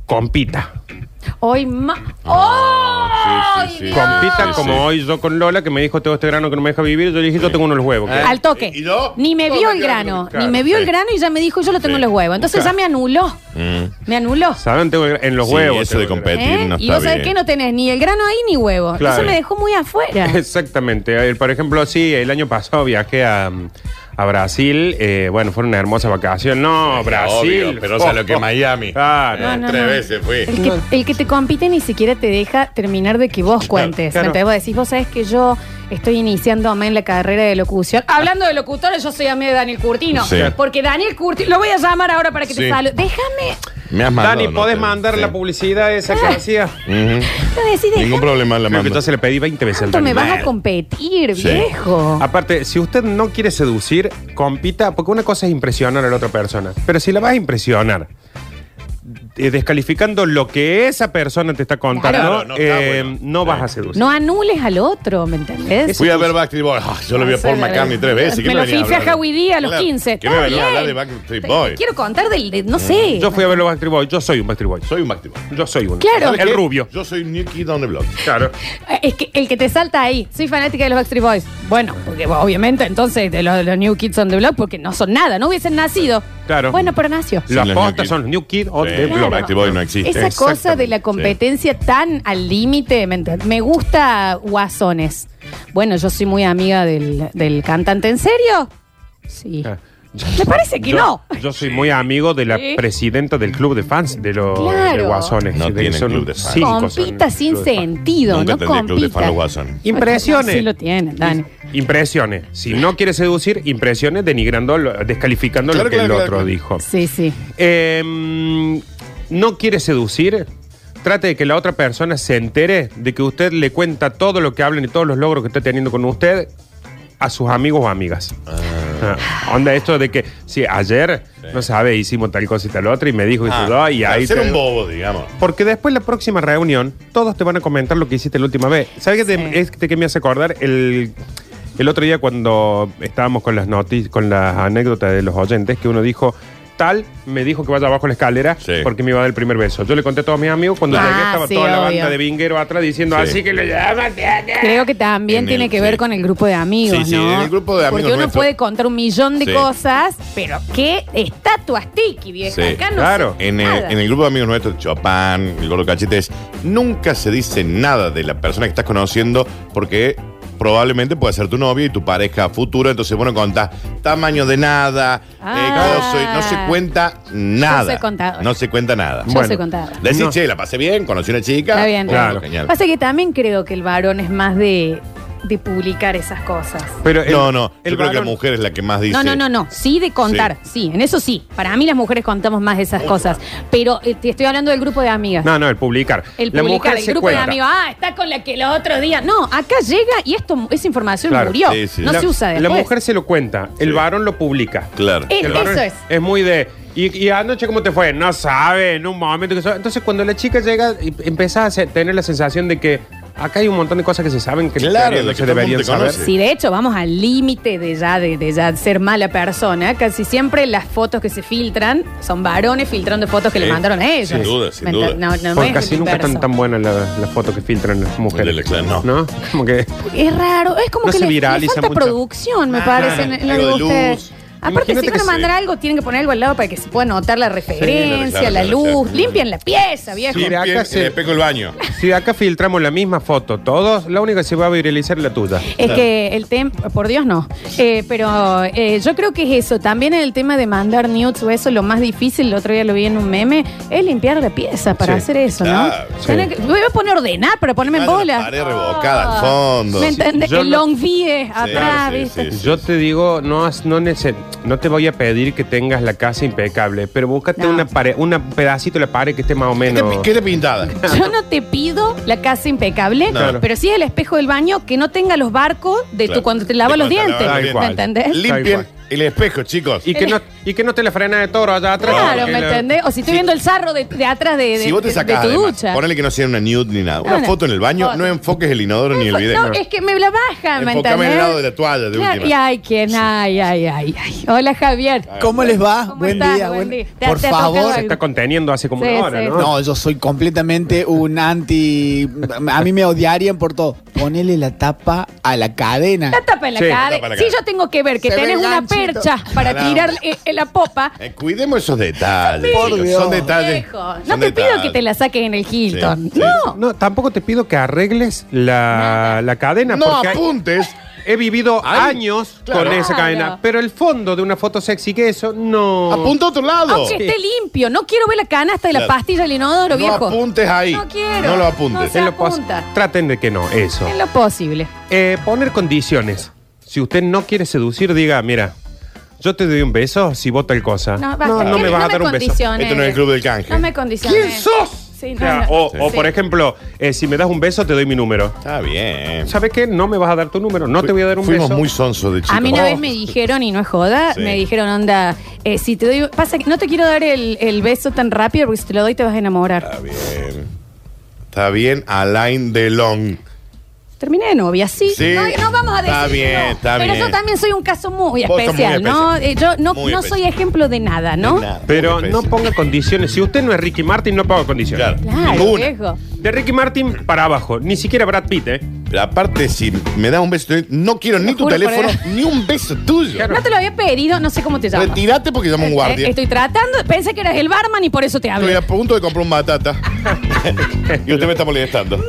Speaker 2: compita.
Speaker 1: Hoy más.
Speaker 3: Ah,
Speaker 1: ¡Oh!
Speaker 3: sí, sí, sí.
Speaker 1: Dios!
Speaker 2: Compita
Speaker 3: Sí,
Speaker 2: como
Speaker 3: sí.
Speaker 2: hoy yo con Lola, que me dijo, tengo este grano que no me deja vivir. Yo le dije, yo tengo unos huevos.
Speaker 3: Eh.
Speaker 1: Al toque.
Speaker 3: ¿Y yo?
Speaker 1: Ni me
Speaker 3: No,
Speaker 1: vio
Speaker 3: me
Speaker 1: el
Speaker 3: quedo con
Speaker 1: grano.
Speaker 3: el cara.
Speaker 1: Ni me vio el
Speaker 3: Sí.
Speaker 1: grano y ya me dijo, yo lo tengo en
Speaker 3: Sí.
Speaker 1: los huevos. Entonces ya
Speaker 2: Claro.
Speaker 1: me anuló.
Speaker 3: Mm.
Speaker 1: Me anuló.
Speaker 2: ¿Saben? Tengo gra- en los
Speaker 3: Sí,
Speaker 2: huevos.
Speaker 3: eso de
Speaker 2: tengo
Speaker 3: competir.
Speaker 2: grano.
Speaker 1: ¿Eh?
Speaker 3: no
Speaker 1: y
Speaker 3: está
Speaker 1: vos sabés
Speaker 3: bien.
Speaker 1: que no tenés ni el grano ahí ni huevo.
Speaker 2: Claro.
Speaker 1: Eso me dejó muy afuera.
Speaker 2: Exactamente. Eh, Por ejemplo, sí, el año pasado viajé a, mm, a Brasil. Eh, bueno, fue una hermosa vacación. No,
Speaker 3: Sí,
Speaker 2: Brasil. Oh,
Speaker 3: obvio, pero o sea, lo que Miami.
Speaker 2: Claro.
Speaker 1: No, no,
Speaker 3: Tres
Speaker 1: no.
Speaker 3: veces fui.
Speaker 1: El que, el que te compite ni siquiera te deja terminar de que vos cuentes.
Speaker 2: claro.
Speaker 1: Entonces vos decís, vos sabés que yo estoy iniciándome en la carrera de locución. Hablando de locutores, yo soy amigo de Daniel Curtino.
Speaker 3: Sí.
Speaker 1: Porque Daniel Curtino, lo voy a llamar ahora para que te
Speaker 3: Sí.
Speaker 1: salude. Déjame,
Speaker 3: Me has mandado.
Speaker 2: Dani,
Speaker 3: ¿no?
Speaker 2: ¿podés
Speaker 3: Sí. Ah.
Speaker 2: mandar la publicidad esa que hacía?
Speaker 3: Ujú.
Speaker 1: no decís,
Speaker 3: Ningún
Speaker 1: déjame.
Speaker 3: problema la
Speaker 2: Creo que
Speaker 3: mando.
Speaker 2: entonces le pedí 20 veces al
Speaker 1: ¿Cuánto
Speaker 2: Dani.
Speaker 1: me vas a
Speaker 2: Mal.
Speaker 1: competir,
Speaker 3: Sí. Ah,
Speaker 1: viejo?
Speaker 2: Aparte, si usted no quiere seducir, compita, porque una cosa es impresionar a la otra persona, pero si la vas a impresionar eh, descalificando lo que esa persona te está contando,
Speaker 3: Claro, no está
Speaker 2: eh,
Speaker 3: bueno.
Speaker 2: no
Speaker 3: Sí.
Speaker 2: vas a seducir.
Speaker 1: No anules al otro, ¿me entendés?
Speaker 3: Fui a ver Backstreet Boys. Ah, yo lo vi a Paul McCartney tres veces. ¿Qué
Speaker 1: Me lo
Speaker 3: venía
Speaker 1: fifé
Speaker 3: hablar?
Speaker 1: a Howie Dee a los
Speaker 3: Claro.
Speaker 1: 15.
Speaker 3: ¿Qué
Speaker 1: Está
Speaker 3: me venía a hablar de
Speaker 1: bien.
Speaker 3: Backstreet
Speaker 1: Te-
Speaker 3: Boys? Mm,
Speaker 1: Quiero contar del. de- no sé.
Speaker 2: Yo fui a ver los Backstreet Boys, yo soy un Backstreet Boy.
Speaker 3: Soy un Backstreet Boy.
Speaker 2: Yo soy uno.
Speaker 1: Claro.
Speaker 2: El rubio.
Speaker 3: Yo soy New Kid on the Block.
Speaker 2: Claro.
Speaker 1: Eh, Es que el que te salta ahí, soy fanática de los Backstreet Boys. Bueno, porque bueno, obviamente entonces de los, los New Kids on the Block, porque no son nada, no hubiesen nacido.
Speaker 2: Claro.
Speaker 1: Bueno, pero nació.
Speaker 3: Sí,
Speaker 2: Las
Speaker 3: los New
Speaker 2: postas
Speaker 3: Kids.
Speaker 2: son los New Kid on
Speaker 3: Sí,
Speaker 2: the
Speaker 3: los
Speaker 2: Block.
Speaker 3: Backstreet Boys no existen.
Speaker 1: Esa cosa de la
Speaker 2: exactamente,
Speaker 1: competencia tan al límite, ¿me entiendes? Me gusta Guasones. Bueno, yo soy muy amiga del, del cantante. ¿En serio? Sí.
Speaker 2: Ah.
Speaker 1: Me parece que
Speaker 2: Yo-
Speaker 1: no.
Speaker 2: Yo soy muy amigo de la
Speaker 1: Sí.
Speaker 2: presidenta del club de fans de los
Speaker 1: Claro.
Speaker 2: de guasones.
Speaker 3: No
Speaker 2: De-
Speaker 3: tienen
Speaker 2: son
Speaker 3: club de fans.
Speaker 2: cinco,
Speaker 1: Compita
Speaker 2: son
Speaker 1: sin
Speaker 2: club de fans.
Speaker 1: sentido,
Speaker 3: Nunca
Speaker 1: no
Speaker 3: tendré club de fan los
Speaker 1: compita.
Speaker 3: Watson.
Speaker 2: Impresiones.
Speaker 1: Sí lo tienen, Dani.
Speaker 2: Impresiones. Si no quiere seducir, impresiones denigrando, lo- descalificando
Speaker 3: Claro,
Speaker 2: lo que
Speaker 3: claro,
Speaker 2: el
Speaker 3: claro,
Speaker 2: otro
Speaker 3: claro.
Speaker 2: dijo.
Speaker 1: Sí, sí.
Speaker 2: Eh, no quiere seducir. Trate de que la otra persona se entere de que usted le cuenta todo lo que hablan y todos los logros que está teniendo con usted a sus amigos o amigas. Ah, onda esto de que, si ayer, no sabe, hicimos tal cosa y tal otra y me dijo y
Speaker 3: Ah,
Speaker 2: todo, y ahí...
Speaker 3: ser
Speaker 2: te-
Speaker 3: un bobo, digamos.
Speaker 2: porque después la próxima reunión, todos te van a comentar lo que hiciste la última vez. ¿Sabes qué, te- es que me hace acordar? El, el otro día cuando estábamos con las noticias, con las anécdotas de los oyentes, que uno dijo, tal, me dijo que vaya abajo la escalera
Speaker 3: Sí.
Speaker 2: porque me iba a dar el primer beso. Yo le conté a todos mis amigos, cuando
Speaker 1: Ah,
Speaker 2: llegué estaba
Speaker 1: sí,
Speaker 2: toda la
Speaker 1: obvio.
Speaker 2: banda de vinguero atrás diciendo,
Speaker 3: Sí.
Speaker 2: así que le
Speaker 1: Creo que también
Speaker 3: En
Speaker 1: tiene
Speaker 3: el-
Speaker 1: que ver
Speaker 3: sí.
Speaker 1: con el grupo de amigos,
Speaker 3: Sí, sí,
Speaker 1: ¿no?
Speaker 3: en el grupo de amigos
Speaker 1: Porque uno
Speaker 3: nuestro.
Speaker 1: puede contar un millón de
Speaker 3: Sí.
Speaker 1: cosas, pero ¿qué estatuas tiki, vieja?
Speaker 3: Sí,
Speaker 1: Acá no
Speaker 2: claro.
Speaker 1: sé
Speaker 3: En el,
Speaker 1: nada.
Speaker 3: en el grupo de amigos nuestros, Chopin, el Gordo Cachetes, nunca se dice nada de la persona que estás conociendo porque probablemente puede ser tu novia y tu pareja futura. Entonces, bueno, contás tamaño de nada,
Speaker 1: Ah.
Speaker 3: eh, coso, y no se cuenta
Speaker 1: Yo soy
Speaker 3: nada.
Speaker 1: contador.
Speaker 3: No se cuenta nada.
Speaker 1: Yo
Speaker 2: Bueno.
Speaker 1: soy contadora.
Speaker 3: Decís,
Speaker 2: No.
Speaker 3: che, la pasé bien, conocí una chica.
Speaker 1: Está bien.
Speaker 3: Bueno,
Speaker 2: Claro.
Speaker 3: genial.
Speaker 1: Pasa que también creo que el varón es más de, de publicar esas cosas.
Speaker 2: Pero el-
Speaker 3: No, no, yo
Speaker 2: el
Speaker 3: creo que la
Speaker 2: varón-
Speaker 3: mujer es la que más dice.
Speaker 1: No, no, no, no. Sí, de contar. Sí. en eso sí. Para mí las mujeres contamos más de esas cosas. Pero eh, te estoy hablando del grupo de amigas.
Speaker 2: No, no, el publicar.
Speaker 1: El
Speaker 2: la
Speaker 1: publicar,
Speaker 2: mujer
Speaker 1: el
Speaker 2: se
Speaker 1: grupo
Speaker 2: cuenta.
Speaker 1: de amigos, ah, está con la que los otros días. No, acá llega y esto, esa información
Speaker 2: Claro,
Speaker 1: murió.
Speaker 3: sí, sí.
Speaker 1: No
Speaker 2: La-
Speaker 1: se usa después.
Speaker 2: La mujer se lo cuenta, el varón lo publica.
Speaker 3: Claro.
Speaker 1: Eh,
Speaker 2: El
Speaker 1: eso
Speaker 2: varón
Speaker 1: es.
Speaker 2: Es muy de. ¿Y, y anoche cómo te fue? No sabe, en un momento que so- Entonces, cuando la chica llega, y empezás a se- tener la sensación de que. Acá hay un montón de cosas que se saben que
Speaker 3: Claro, de
Speaker 2: que
Speaker 3: que
Speaker 2: se
Speaker 3: todo el mundo
Speaker 2: deberían
Speaker 3: te
Speaker 2: saber.
Speaker 3: conoce.
Speaker 1: Sí, de hecho, vamos al límite de ya, de, de ya ser mala persona. Casi siempre las fotos que se filtran son varones filtrando fotos que
Speaker 3: Sí,
Speaker 1: le mandaron a ellos.
Speaker 3: sin duda, sin
Speaker 1: ¿Me
Speaker 3: duda.
Speaker 1: ent- No, no, no
Speaker 2: Porque
Speaker 1: es
Speaker 2: casi
Speaker 1: el
Speaker 2: nunca
Speaker 1: inverso.
Speaker 2: están tan buenas las las fotos que filtran las mujeres.
Speaker 3: De la- claro, no.
Speaker 2: Como que.
Speaker 1: Es raro, es como
Speaker 2: No
Speaker 1: que
Speaker 2: se
Speaker 1: le, le
Speaker 2: viraliza
Speaker 1: falta
Speaker 2: mucho.
Speaker 1: producción, me
Speaker 3: Ah,
Speaker 1: parece,
Speaker 3: claro,
Speaker 1: en, en
Speaker 3: algo
Speaker 1: lo
Speaker 3: de
Speaker 1: de ustedes.
Speaker 3: luz.
Speaker 1: Aparte,
Speaker 2: Imagínate
Speaker 1: si van
Speaker 2: que
Speaker 1: a
Speaker 2: sí.
Speaker 1: mandar algo, tienen que poner algo al lado para que se pueda notar la referencia,
Speaker 3: claro,
Speaker 1: la
Speaker 3: claro,
Speaker 1: luz.
Speaker 3: claro.
Speaker 1: Limpian la pieza, viejo.
Speaker 2: Sí,
Speaker 3: Limpien
Speaker 2: acá
Speaker 3: el
Speaker 2: se-
Speaker 3: espejo del baño.
Speaker 2: Si acá filtramos la misma foto todos, la única que se va a viralizar es la tuya.
Speaker 1: Es que el tema, por Dios no, Eh, pero eh, yo creo que es eso, también el tema de mandar nudes o eso, lo más difícil, el otro día lo vi en un meme, es limpiar la pieza para
Speaker 2: Sí.
Speaker 1: hacer eso, ¿no?
Speaker 3: Claro,
Speaker 2: sí.
Speaker 1: Tenés que- voy a poner ordenar para ponerme en
Speaker 3: Además, la
Speaker 1: bola.
Speaker 3: pared revocada al fondo.
Speaker 1: ¿Me
Speaker 3: Sí,
Speaker 1: entendés?
Speaker 2: yo
Speaker 1: El
Speaker 2: lo-
Speaker 1: long vie atrás,
Speaker 3: sí,
Speaker 1: ¿viste?
Speaker 3: sí, sí.
Speaker 2: Yo te digo, no, has- no, nece- no te voy a pedir que tengas la casa impecable, pero búscate
Speaker 1: No.
Speaker 2: una pared, una pedacito de la pared que esté más o
Speaker 3: ¿Qué te-
Speaker 2: menos.
Speaker 3: ¿Qué te pintada?
Speaker 1: Yo no te pido la casa impecable,
Speaker 3: Claro.
Speaker 1: pero sí el espejo del baño que no tenga los barcos de
Speaker 3: Claro.
Speaker 1: tu cuando te
Speaker 3: De
Speaker 1: lavas los
Speaker 3: cuando
Speaker 1: dientes.
Speaker 3: te lavas
Speaker 2: los
Speaker 1: ¿Me
Speaker 2: dientes.
Speaker 1: entendés?
Speaker 3: Limpien el espejo, chicos.
Speaker 2: Y que, no, y que no te la frena de toro allá atrás.
Speaker 1: Claro,
Speaker 2: porque
Speaker 1: ¿me
Speaker 2: la-
Speaker 1: entendés? O si estoy viendo el sarro de, de atrás de, de-
Speaker 3: si vos te
Speaker 1: de- de
Speaker 3: sacás,
Speaker 1: tu
Speaker 3: además,
Speaker 1: ducha.
Speaker 3: ponele que no sea una nude ni nada. Una
Speaker 1: No, no.
Speaker 3: foto en el baño,
Speaker 1: Foto.
Speaker 3: no enfoques el inodoro ni el
Speaker 1: No,
Speaker 3: video.
Speaker 1: No, eh. es que me la baja, ¿me
Speaker 3: Enfocame
Speaker 1: entendés?
Speaker 3: al lado de la toalla, de
Speaker 1: Claro,
Speaker 3: última.
Speaker 1: Y ay, quién, ay, ay, ay, ay. Hola, Javier.
Speaker 6: ¿Cómo les va?
Speaker 1: ¿Cómo
Speaker 6: buen
Speaker 1: estás?
Speaker 6: día.
Speaker 1: Buen
Speaker 6: buen-
Speaker 1: día. ¿Te-
Speaker 6: Por
Speaker 1: te ha tocado
Speaker 6: favor.
Speaker 2: Se está conteniendo hace como
Speaker 1: Sí,
Speaker 2: una hora,
Speaker 1: sí.
Speaker 2: ¿no?
Speaker 6: No, yo soy completamente un anti. A mí me odiarían por todo. Ponele la tapa a la cadena.
Speaker 1: La tapa en la
Speaker 2: Sí,
Speaker 1: cara.
Speaker 3: tapa en la
Speaker 1: Sí,
Speaker 3: cara.
Speaker 1: yo tengo que ver que
Speaker 6: Se ve
Speaker 1: tenés
Speaker 6: el
Speaker 1: una
Speaker 6: ganchito.
Speaker 1: percha para
Speaker 3: Caramba.
Speaker 1: tirar eh, eh, la popa.
Speaker 3: Eh, cuidemos esos detalles.
Speaker 6: Por
Speaker 3: chicos,
Speaker 6: Dios.
Speaker 3: Son detalles.
Speaker 1: Viejo, no
Speaker 3: son
Speaker 1: te pido
Speaker 3: detalles.
Speaker 1: que te la saques en el Hilton.
Speaker 3: Sí, sí,
Speaker 1: no.
Speaker 2: No, tampoco te pido que arregles la, la cadena.
Speaker 3: No
Speaker 2: porque hay-
Speaker 3: apuntes.
Speaker 2: he vivido
Speaker 3: Ay,
Speaker 2: años
Speaker 3: claro.
Speaker 2: con esa
Speaker 1: Claro.
Speaker 2: cadena. Pero el fondo de una foto sexy que eso
Speaker 1: Oh.
Speaker 2: no.
Speaker 3: Apunta a otro lado.
Speaker 1: Aunque esté limpio, no quiero ver la canasta de la
Speaker 3: Claro.
Speaker 1: pastilla del inodoro,
Speaker 3: No
Speaker 1: viejo.
Speaker 3: apuntes ahí.
Speaker 1: No quiero.
Speaker 3: No
Speaker 1: No
Speaker 3: lo apuntes.
Speaker 1: sé.
Speaker 2: En lo pos-
Speaker 1: apunta.
Speaker 2: Traten de que no, eso.
Speaker 1: En lo posible.
Speaker 2: Eh, poner condiciones. Si usted no quiere seducir, diga, mira, yo te doy un beso si vos tal cosa.
Speaker 1: No,
Speaker 2: No,
Speaker 1: basta.
Speaker 2: no,
Speaker 1: ¿Qué-
Speaker 2: me vas a dar un beso.
Speaker 1: condiciones.
Speaker 3: Esto no es el club del canje.
Speaker 1: No me condiciones.
Speaker 2: ¿Quién sos?
Speaker 1: Sí, no,
Speaker 2: o, sea,
Speaker 1: no.
Speaker 2: o- o,
Speaker 1: Sí.
Speaker 2: por ejemplo, eh, si me das un beso, te doy mi número.
Speaker 3: Está bien.
Speaker 2: ¿Sabes qué? No me vas a dar tu número, no te voy a dar un
Speaker 3: Fuimos
Speaker 2: beso.
Speaker 3: muy sonsos de chicos.
Speaker 1: A mí una vez me dijeron, y no es joda,
Speaker 3: Sí.
Speaker 1: me dijeron, onda, eh, si te doy. Pasa que no te quiero dar el, el beso tan rápido porque si te lo doy te vas a enamorar.
Speaker 3: Está bien. Está bien, Alain Delon.
Speaker 1: Terminé de novia, sí.
Speaker 3: Sí.
Speaker 1: No, no vamos a decir.
Speaker 3: Está
Speaker 1: que
Speaker 3: bien,
Speaker 1: no.
Speaker 3: está
Speaker 1: Pero
Speaker 3: bien.
Speaker 1: yo también soy un caso muy
Speaker 3: Vos sos muy
Speaker 1: especial, ¿no?
Speaker 3: especial.
Speaker 1: Eh, yo no,
Speaker 3: Muy
Speaker 1: no
Speaker 3: especial.
Speaker 1: soy ejemplo de nada, ¿no?
Speaker 3: Nada,
Speaker 2: Pero
Speaker 3: muy
Speaker 2: no
Speaker 3: especial.
Speaker 2: ponga condiciones. Si usted no es Ricky Martin, no ponga condiciones.
Speaker 3: Claro.
Speaker 1: Claro,
Speaker 3: Ninguna.
Speaker 1: viejo.
Speaker 2: De Ricky Martin para abajo, ni siquiera Brad Pitt, ¿eh?
Speaker 3: Pero aparte, si me das un beso, no quiero ni
Speaker 1: juro
Speaker 3: tu
Speaker 1: por
Speaker 3: teléfono,
Speaker 1: Dios.
Speaker 3: ni un beso tuyo.
Speaker 2: Claro.
Speaker 1: No te lo había pedido, no sé cómo te llamas.
Speaker 3: Retirate porque llamo a un guardia.
Speaker 1: Eh, Estoy tratando, pensé que eras el barman y por eso te
Speaker 3: Estoy
Speaker 1: hablo.
Speaker 3: a punto de comprar un batata. y usted me está molestando.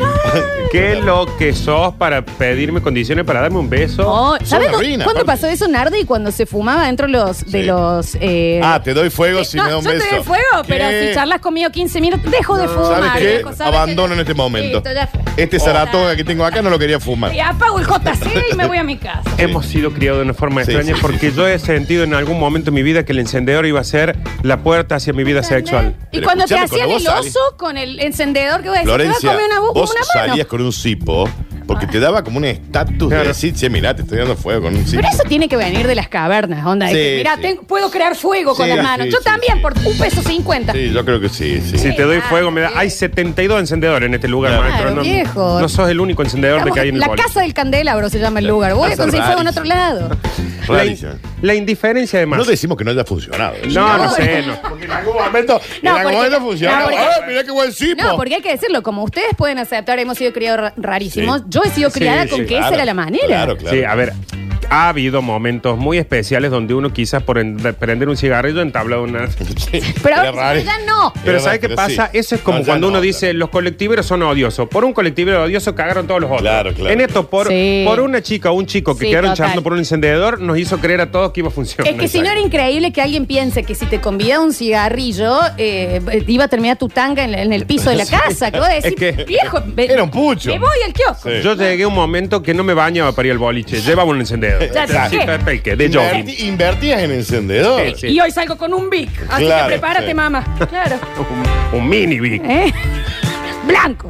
Speaker 2: ¿Qué lo que sos para pedirme condiciones para darme un beso?
Speaker 1: Oh, ¿Sabes
Speaker 3: una
Speaker 1: cu-
Speaker 3: ruina,
Speaker 1: cuándo
Speaker 3: aparte.
Speaker 1: pasó eso, Nardi? Cuando se fumaba dentro los, de
Speaker 3: Sí.
Speaker 1: los... eh,
Speaker 3: Ah, te doy fuego si
Speaker 1: no,
Speaker 3: me da un
Speaker 1: yo
Speaker 3: beso.
Speaker 1: te doy fuego, pero si charlas conmigo 15 minutos, dejo de fumar.
Speaker 3: ¿Sabes qué?
Speaker 1: viejo, ¿sabes
Speaker 3: Abandono
Speaker 1: qué?
Speaker 3: en este momento.
Speaker 1: Listo, ya fue. Oh,
Speaker 3: Este zaratoga que tengo acá no lo quería fumar.
Speaker 1: Y apago el JC y me voy a mi casa.
Speaker 2: Hemos sido criados de una forma
Speaker 3: Sí,
Speaker 2: extraña
Speaker 3: sí,
Speaker 2: porque yo he sentido en algún momento de mi vida que el encendedor iba a ser la puerta hacia mi vida sexual.
Speaker 1: Y
Speaker 3: Pero
Speaker 1: cuando te
Speaker 3: escuchame,
Speaker 1: hacían
Speaker 3: cuando
Speaker 1: el
Speaker 3: vos
Speaker 1: oso con el encendedor que voy a decir, te voy
Speaker 3: Florencia,
Speaker 1: a comer una, bu-
Speaker 3: vos
Speaker 1: una mano.
Speaker 3: salías con un cipo porque te daba como un estatus de
Speaker 2: Claro.
Speaker 3: decir, che, mirá, te estoy dando fuego con un cipo.
Speaker 1: Pero eso tiene que venir de las cavernas, onda. de
Speaker 3: Sí,
Speaker 1: que, mirá,
Speaker 3: sí.
Speaker 1: tengo- puedo crear fuego con
Speaker 3: Sí,
Speaker 1: las manos.
Speaker 3: sí,
Speaker 1: Yo
Speaker 3: sí,
Speaker 1: también,
Speaker 3: sí.
Speaker 1: por un peso cincuenta.
Speaker 3: Sí, yo creo que sí, sí.
Speaker 2: Si te doy
Speaker 1: claro,
Speaker 2: fuego, me da.
Speaker 1: sí.
Speaker 2: Hay 72 encendedores en este lugar,
Speaker 3: Claro.
Speaker 2: maestro. No,
Speaker 1: Claro, viejo.
Speaker 2: no sos el único encendedor
Speaker 1: Estamos
Speaker 2: de que hay en
Speaker 1: en
Speaker 2: el
Speaker 1: la
Speaker 2: boliche.
Speaker 1: casa del candelabro se llama el lugar. Voy a
Speaker 3: Casa
Speaker 1: conseguir fuego en otro
Speaker 3: rarísima.
Speaker 1: lado.
Speaker 2: La, in-
Speaker 3: Rarísimo.
Speaker 2: la indiferencia, además.
Speaker 3: No decimos que no haya funcionado. ¿eh? eso.
Speaker 2: No, no
Speaker 1: No.
Speaker 2: sé, no.
Speaker 3: Porque en algún momento,
Speaker 1: No,
Speaker 3: en algún
Speaker 1: porque-
Speaker 3: momento
Speaker 1: no,
Speaker 3: funciona.
Speaker 1: porque-
Speaker 3: ¡Ah, mirá qué buen cipo!
Speaker 1: No, porque hay que decirlo, como ustedes pueden aceptar, hemos sido criados ra- rarísimos.
Speaker 3: Sí.
Speaker 1: Yo he sido
Speaker 2: Sí,
Speaker 1: criada con
Speaker 2: sí,
Speaker 1: que esa
Speaker 3: claro,
Speaker 1: era la manera.
Speaker 3: Claro, claro.
Speaker 2: Sí, a ver, ha habido momentos muy especiales donde uno quizás por en- prender un cigarrillo entabla una...
Speaker 1: Pero
Speaker 3: Era
Speaker 1: ahora,
Speaker 3: raro.
Speaker 1: ya no.
Speaker 2: Pero
Speaker 3: Era
Speaker 2: ¿sabes qué
Speaker 3: raro,
Speaker 2: pasa?
Speaker 3: sí.
Speaker 2: Eso es como
Speaker 3: No, ya
Speaker 2: cuando
Speaker 3: no,
Speaker 2: uno
Speaker 3: ya
Speaker 2: dice,
Speaker 3: no.
Speaker 2: los colectiveros son odiosos. Por un colectivero odioso cagaron todos los otros.
Speaker 3: Claro, claro.
Speaker 2: En esto, por,
Speaker 1: Sí.
Speaker 2: por una chica o un chico que
Speaker 1: Sí,
Speaker 2: quedaron
Speaker 1: total.
Speaker 2: charlando por un encendedor, nos hizo creer a todos que iba a funcionar.
Speaker 1: Es que si no era increíble que alguien piense que si te convida un cigarrillo, eh, iba a terminar tu tanga en, en el piso de la casa. Que vos decís,
Speaker 2: Es que-
Speaker 1: viejo, me-
Speaker 3: Era un pucho.
Speaker 1: Me voy al kiosco.
Speaker 3: Sí.
Speaker 2: Yo llegué a un momento que no me bañaba para ir al boliche. Llevaba un encendedor.
Speaker 1: Ya
Speaker 2: Era así,
Speaker 1: sé.
Speaker 2: perfecto, de
Speaker 3: Inverti-
Speaker 2: jogging.
Speaker 3: invertías en encendedor.
Speaker 2: Sí, sí.
Speaker 1: Y hoy salgo con un bic. Así
Speaker 3: Claro,
Speaker 1: que prepárate,
Speaker 3: sí.
Speaker 1: mamá. Claro.
Speaker 2: Un, un mini big.
Speaker 1: ¿Eh? Blanco.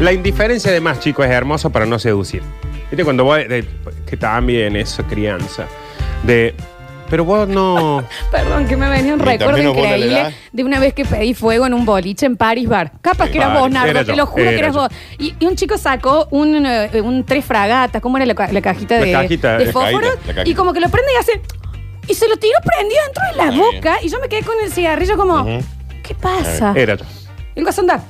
Speaker 2: La indiferencia además, chicos, es hermoso para no seducir. Viste, cuando vos, de- que también eso, crianza, de Pero vos no.
Speaker 1: Perdón, que me venía un
Speaker 3: Y
Speaker 1: recuerdo
Speaker 3: también nos vuela la
Speaker 1: increíble
Speaker 3: edad.
Speaker 1: de una vez que pedí fuego en un boliche en Paris Bar. Capaz
Speaker 3: Sí,
Speaker 1: que eras
Speaker 2: Paris.
Speaker 1: vos, Nardo,
Speaker 2: Era
Speaker 1: te
Speaker 2: yo,
Speaker 1: lo juro que
Speaker 2: era
Speaker 1: eras
Speaker 2: yo.
Speaker 1: vos. Y, y un chico sacó un, eh, un tres fragatas, ¿cómo era la, ca- la cajita
Speaker 2: La
Speaker 1: de,
Speaker 2: cajita,
Speaker 1: de
Speaker 2: la
Speaker 1: fósforo?
Speaker 3: cajita, la cajita.
Speaker 1: Y como que lo prende y hace. Y se lo tiró prendido dentro de la
Speaker 3: Muy
Speaker 1: boca. Y yo me quedé con el cigarrillo como,
Speaker 3: Ujú.
Speaker 1: ¿qué pasa?
Speaker 2: Era yo.
Speaker 1: Y el caso anda,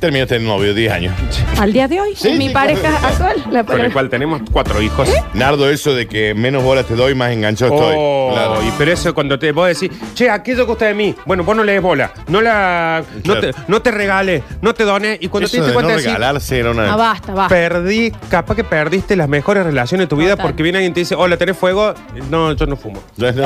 Speaker 3: Terminaste en novio, 10 años.
Speaker 1: al día de hoy,
Speaker 3: Sí,
Speaker 1: mi
Speaker 3: sí,
Speaker 1: pareja
Speaker 3: claro.
Speaker 1: actual, la
Speaker 2: Con el cual tenemos cuatro hijos.
Speaker 3: Nardo, eso de que menos bolas te doy, más enganchado
Speaker 2: Oh,
Speaker 3: estoy. Claro.
Speaker 2: y pero eso cuando te vos decís, che, aquello que usted de mí, bueno, vos no lees bola, no la no,
Speaker 3: Claro.
Speaker 2: te, no te regales, no te dones, y cuando
Speaker 3: Eso
Speaker 2: te diste
Speaker 3: de no
Speaker 2: cuenta decís,
Speaker 3: regalarse era una...
Speaker 1: Ah, basta, basta.
Speaker 2: perdí, capaz que perdiste las mejores relaciones de tu vida
Speaker 1: Total.
Speaker 2: porque viene alguien y te dice, hola, ¿tenés fuego? No, yo no fumo.
Speaker 3: No, no,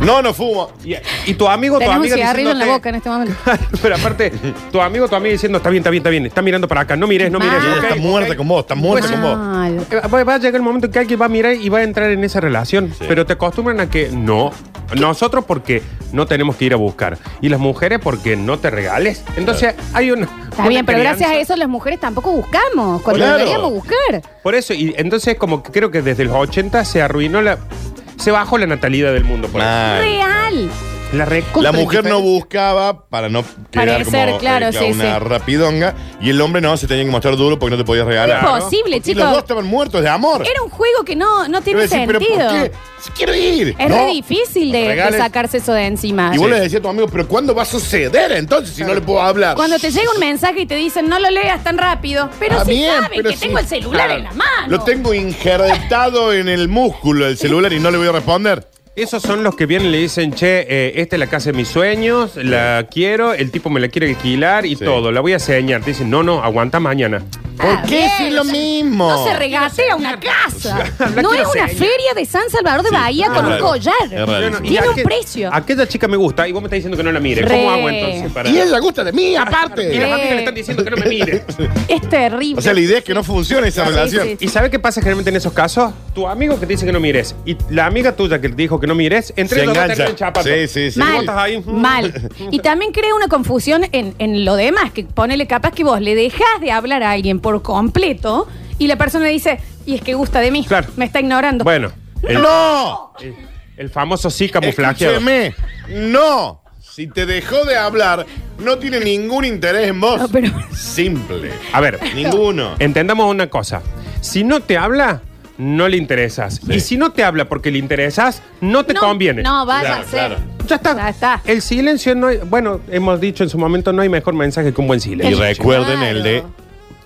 Speaker 3: no, no fumo.
Speaker 2: Y, y tu amigo, tu
Speaker 1: Tenés un
Speaker 2: amiga
Speaker 1: cigarrillo en la
Speaker 2: diciéndote-
Speaker 1: boca en este momento.
Speaker 2: Pero aparte, tu amigo, tu amiga diciendo, está bien, está bien, está bien, está mirando para acá, no mires, no mires.
Speaker 1: Mal.
Speaker 2: Ah, ok,
Speaker 3: Está
Speaker 2: ok.
Speaker 3: muerta con vos, está muerta
Speaker 2: Pues-
Speaker 3: con vos.
Speaker 1: Mal.
Speaker 2: Eh, Va va a llegar el momento en que alguien va a mirar y va a entrar en esa relación,
Speaker 3: Sí.
Speaker 2: pero te acostumbran a que no. Nosotros porque no tenemos que ir a buscar. Y las mujeres porque no te regales. Entonces hay una...
Speaker 1: Está
Speaker 2: una
Speaker 1: bien, pero
Speaker 2: crianza-
Speaker 1: gracias a eso las mujeres tampoco buscamos, cuando
Speaker 3: Claro.
Speaker 1: deberíamos buscar.
Speaker 2: Por eso, y entonces como que creo que desde los 80 se arruinó la... Se bajó la natalidad del mundo. Por eso.
Speaker 3: Mal.
Speaker 1: Real.
Speaker 2: La, recontra
Speaker 3: La mujer no
Speaker 2: indiferencia.
Speaker 3: buscaba para no quedar
Speaker 1: Parecer,
Speaker 3: como
Speaker 1: claro,
Speaker 3: eh,
Speaker 1: sí, sí.
Speaker 3: una rapidonga y el hombre no, se tenía que mostrar duro porque no te podías regalar.
Speaker 2: Claro.
Speaker 1: Imposible,
Speaker 3: Y los dos
Speaker 1: chicos.
Speaker 3: estaban muertos de amor.
Speaker 1: Era un juego que no, no
Speaker 3: Yo
Speaker 1: tiene
Speaker 3: decía,
Speaker 1: sentido.
Speaker 3: ¿Pero por qué? Si quiero ir.
Speaker 1: Es
Speaker 3: No.
Speaker 1: re difícil de, de
Speaker 3: Regales.
Speaker 1: sacarse eso de encima.
Speaker 3: Y vos le decías a tu amigo, ¿pero cuándo va a suceder entonces si no le puedo hablar?
Speaker 1: Cuando te llega un mensaje y te dicen no lo leas tan rápido, pero
Speaker 3: Está
Speaker 1: si
Speaker 3: "Ah, bien,
Speaker 1: saben
Speaker 3: pero
Speaker 1: que
Speaker 3: sí.
Speaker 1: tengo el celular
Speaker 2: Claro.
Speaker 1: en la mano.
Speaker 3: Lo tengo injertado en el músculo del celular y no le voy a responder.
Speaker 2: Esos son los que vienen y le dicen, che, eh, esta es la casa de mis sueños, la quiero, el tipo me la quiere alquilar y
Speaker 3: Sí.
Speaker 2: todo, la voy a enseñar. Te dicen, no, no, aguanta mañana.
Speaker 1: Está
Speaker 3: ¿Por qué
Speaker 1: bien,
Speaker 3: si es lo
Speaker 1: o sea,
Speaker 3: mismo?
Speaker 1: No se regatea una casa.
Speaker 2: la
Speaker 1: No es
Speaker 2: quiero
Speaker 1: una
Speaker 2: enseñar.
Speaker 1: feria de San Salvador de Bahía
Speaker 3: es
Speaker 1: con un
Speaker 3: raro. Es
Speaker 1: collar.
Speaker 3: raro.
Speaker 2: Yo no-
Speaker 3: Y
Speaker 1: Tiene un
Speaker 2: aquel-
Speaker 1: precio.
Speaker 2: Aquella chica me gusta y vos me estás diciendo que no la mire.
Speaker 1: Re.
Speaker 2: ¿Cómo hago entonces? Para...
Speaker 3: Y ella gusta de mí,
Speaker 2: Y
Speaker 3: aparte.
Speaker 2: las amigas le están diciendo que no me mire.
Speaker 1: Es terrible.
Speaker 3: O sea, la idea es que no funcione esa
Speaker 1: Sí,
Speaker 3: relación.
Speaker 1: sí, sí.
Speaker 2: ¿Y sabes qué pasa generalmente en esos casos? Tu amigo que te dice que no mires y la amiga tuya que te dijo que no mires, entre
Speaker 3: Se
Speaker 2: los dos
Speaker 3: engancha.
Speaker 2: terminan chapando.
Speaker 3: Sí, sí, sí.
Speaker 2: Vos
Speaker 1: Mal,
Speaker 2: estás ahí, mm.
Speaker 1: mal. Y también crea una confusión en, en lo demás, que ponele capaz que vos le dejas de hablar a alguien por completo y la persona dice, y es que gusta de mí,
Speaker 2: Claro.
Speaker 1: me está ignorando.
Speaker 2: Bueno, el,
Speaker 3: ¡No!
Speaker 2: el- el famoso sí camuflajeado.
Speaker 3: Escúcheme. ¡No! Si te dejó de hablar, no tiene ningún interés en vos.
Speaker 1: No, pero-
Speaker 3: Simple.
Speaker 2: A ver,
Speaker 3: Ninguno.
Speaker 2: Entendamos una cosa. Si no te habla, no le interesas. Y si no te habla porque le interesas, no te
Speaker 1: No,
Speaker 2: conviene.
Speaker 1: No, vaya
Speaker 3: Claro,
Speaker 1: a ser.
Speaker 3: claro.
Speaker 2: Ya está.
Speaker 1: Ya está.
Speaker 2: El silencio no hay- Bueno, hemos dicho en su momento, no hay mejor mensaje que un buen
Speaker 3: Y
Speaker 2: silencio.
Speaker 3: recuerden
Speaker 1: Claro.
Speaker 3: el de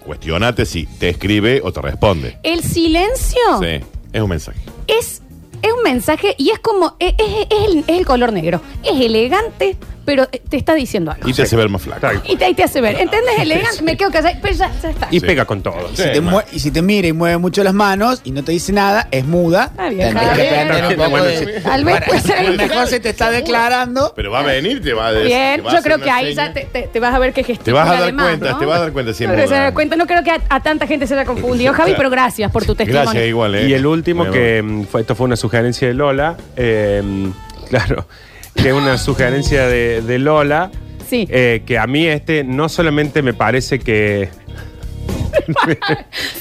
Speaker 3: cuestionate si te escribe o te responde.
Speaker 1: El silencio
Speaker 3: Sí, es un mensaje.
Speaker 1: es, es un mensaje y es como, es, es- es el, es el color negro. Es elegante, pero eh, te está diciendo algo.
Speaker 3: Y te hace ver más flaco.
Speaker 2: Está bien.
Speaker 1: Y te, ahí te hace ver. ¿Entendés? Elegante, me quedo callada, pero ya, ya está.
Speaker 2: Y
Speaker 3: Sí.
Speaker 2: pega con todo.
Speaker 3: Sí,
Speaker 6: Si te
Speaker 3: ma-
Speaker 6: mue- y si te mira y mueve mucho las manos y no te dice nada, es muda.
Speaker 1: Está bien,
Speaker 6: Tendrás
Speaker 1: está
Speaker 6: que
Speaker 1: bien.
Speaker 6: aprender un
Speaker 2: Está
Speaker 6: poco
Speaker 2: bien.
Speaker 6: de-
Speaker 1: Tal vez puede ser
Speaker 6: A lo
Speaker 1: algo-
Speaker 6: mejor se te está declarando.
Speaker 3: Pero va a venir, te va a decir.
Speaker 1: Bien,
Speaker 3: te va a
Speaker 1: yo
Speaker 3: hacer
Speaker 1: creo
Speaker 3: una
Speaker 1: que ahí
Speaker 3: seña.
Speaker 1: ya te, te- te vas a ver que gesticula
Speaker 3: Te vas a dar
Speaker 1: de más,
Speaker 3: cuenta,
Speaker 1: ¿no?
Speaker 3: te vas a dar cuenta si es
Speaker 1: Te vas a
Speaker 3: muda.
Speaker 1: dar cuenta. No creo que a, a tanta gente se haya confundido, Javi, pero gracias por tu testimonio.
Speaker 3: Gracias, igual, ¿eh?
Speaker 2: Y el último
Speaker 3: Bueno,
Speaker 2: que mm, fue, esto fue una sugerencia de Lola, eh, claro, que es una sugerencia de, de Lola,
Speaker 1: Sí.
Speaker 2: eh, que a mí este no solamente me parece que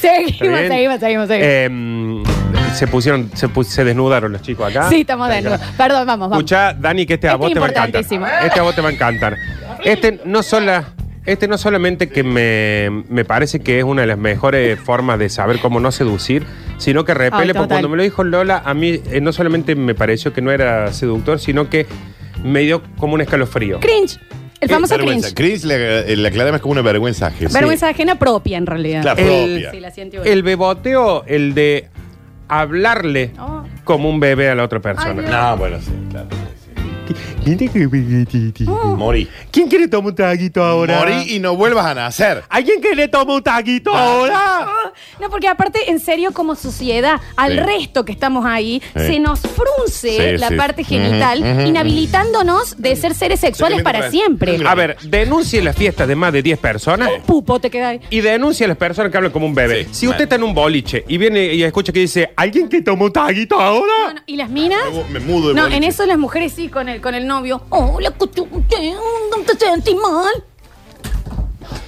Speaker 1: Seguimos,
Speaker 2: ¿Está bien?
Speaker 1: seguimos, seguimos, seguimos.
Speaker 2: eh, se pusieron, se, pus- se desnudaron los chicos acá.
Speaker 1: sí, estamos de nuevo. Perdón, vamos, vamos.
Speaker 2: Escucha, Dani, que este a
Speaker 1: Este
Speaker 2: vos
Speaker 1: es
Speaker 2: te va a encantar.
Speaker 1: importantísimo.
Speaker 2: Este a vos te va a encantar. Este no sola. Este no solamente que me, me parece que es una de las mejores formas de saber cómo no seducir, sino que repele,
Speaker 1: Ay,
Speaker 2: porque
Speaker 1: Ah, total.
Speaker 2: cuando me lo dijo Lola, a mí eh, no solamente me pareció que no era seductor, sino que me dio como un escalofrío.
Speaker 1: Cringe. El famoso
Speaker 3: Eh, vergüenza.
Speaker 1: cringe.
Speaker 3: Cringe le, eh, le aclaramos como una vergüenza ajena.
Speaker 1: Vergüenza ajena propia, en realidad.
Speaker 3: La propia.
Speaker 1: Sí, la siento.
Speaker 2: El beboteo, el de hablarle
Speaker 1: Oh.
Speaker 2: como un bebé a la otra persona.
Speaker 3: No, bueno, sí, claro. Morí.
Speaker 2: ¿Quién quiere tomar un traguito ahora?
Speaker 3: Morí y no vuelvas a nacer.
Speaker 2: ¿Alguien quiere tomar un taquito ahora?
Speaker 1: No, porque aparte, en serio, como sociedad, al
Speaker 3: Sí.
Speaker 1: resto que estamos ahí,
Speaker 3: Sí.
Speaker 1: se nos frunce
Speaker 3: Sí,
Speaker 1: la
Speaker 3: sí.
Speaker 1: parte
Speaker 3: Ujú,
Speaker 1: genital,
Speaker 3: ujú,
Speaker 1: inhabilitándonos de ser seres sexuales
Speaker 3: Sí,
Speaker 1: para
Speaker 3: mientras-
Speaker 1: siempre.
Speaker 3: mientras-
Speaker 2: A ver, denuncie las fiestas de más de 10 personas
Speaker 1: Pupo te queda ahí.
Speaker 3: Ah.
Speaker 2: y denuncie a las personas que hablan como un bebé.
Speaker 3: Sí,
Speaker 2: si
Speaker 3: mal.
Speaker 2: usted está en un boliche y viene y escucha que dice, ¿alguien que tomó un taquito ahora?
Speaker 1: No, no, ¿Y las minas?
Speaker 3: Me mudo de
Speaker 1: No,
Speaker 3: boliche.
Speaker 1: en eso las mujeres sí, con el, con el novio. Oh, la cuchu- no te sentís mal.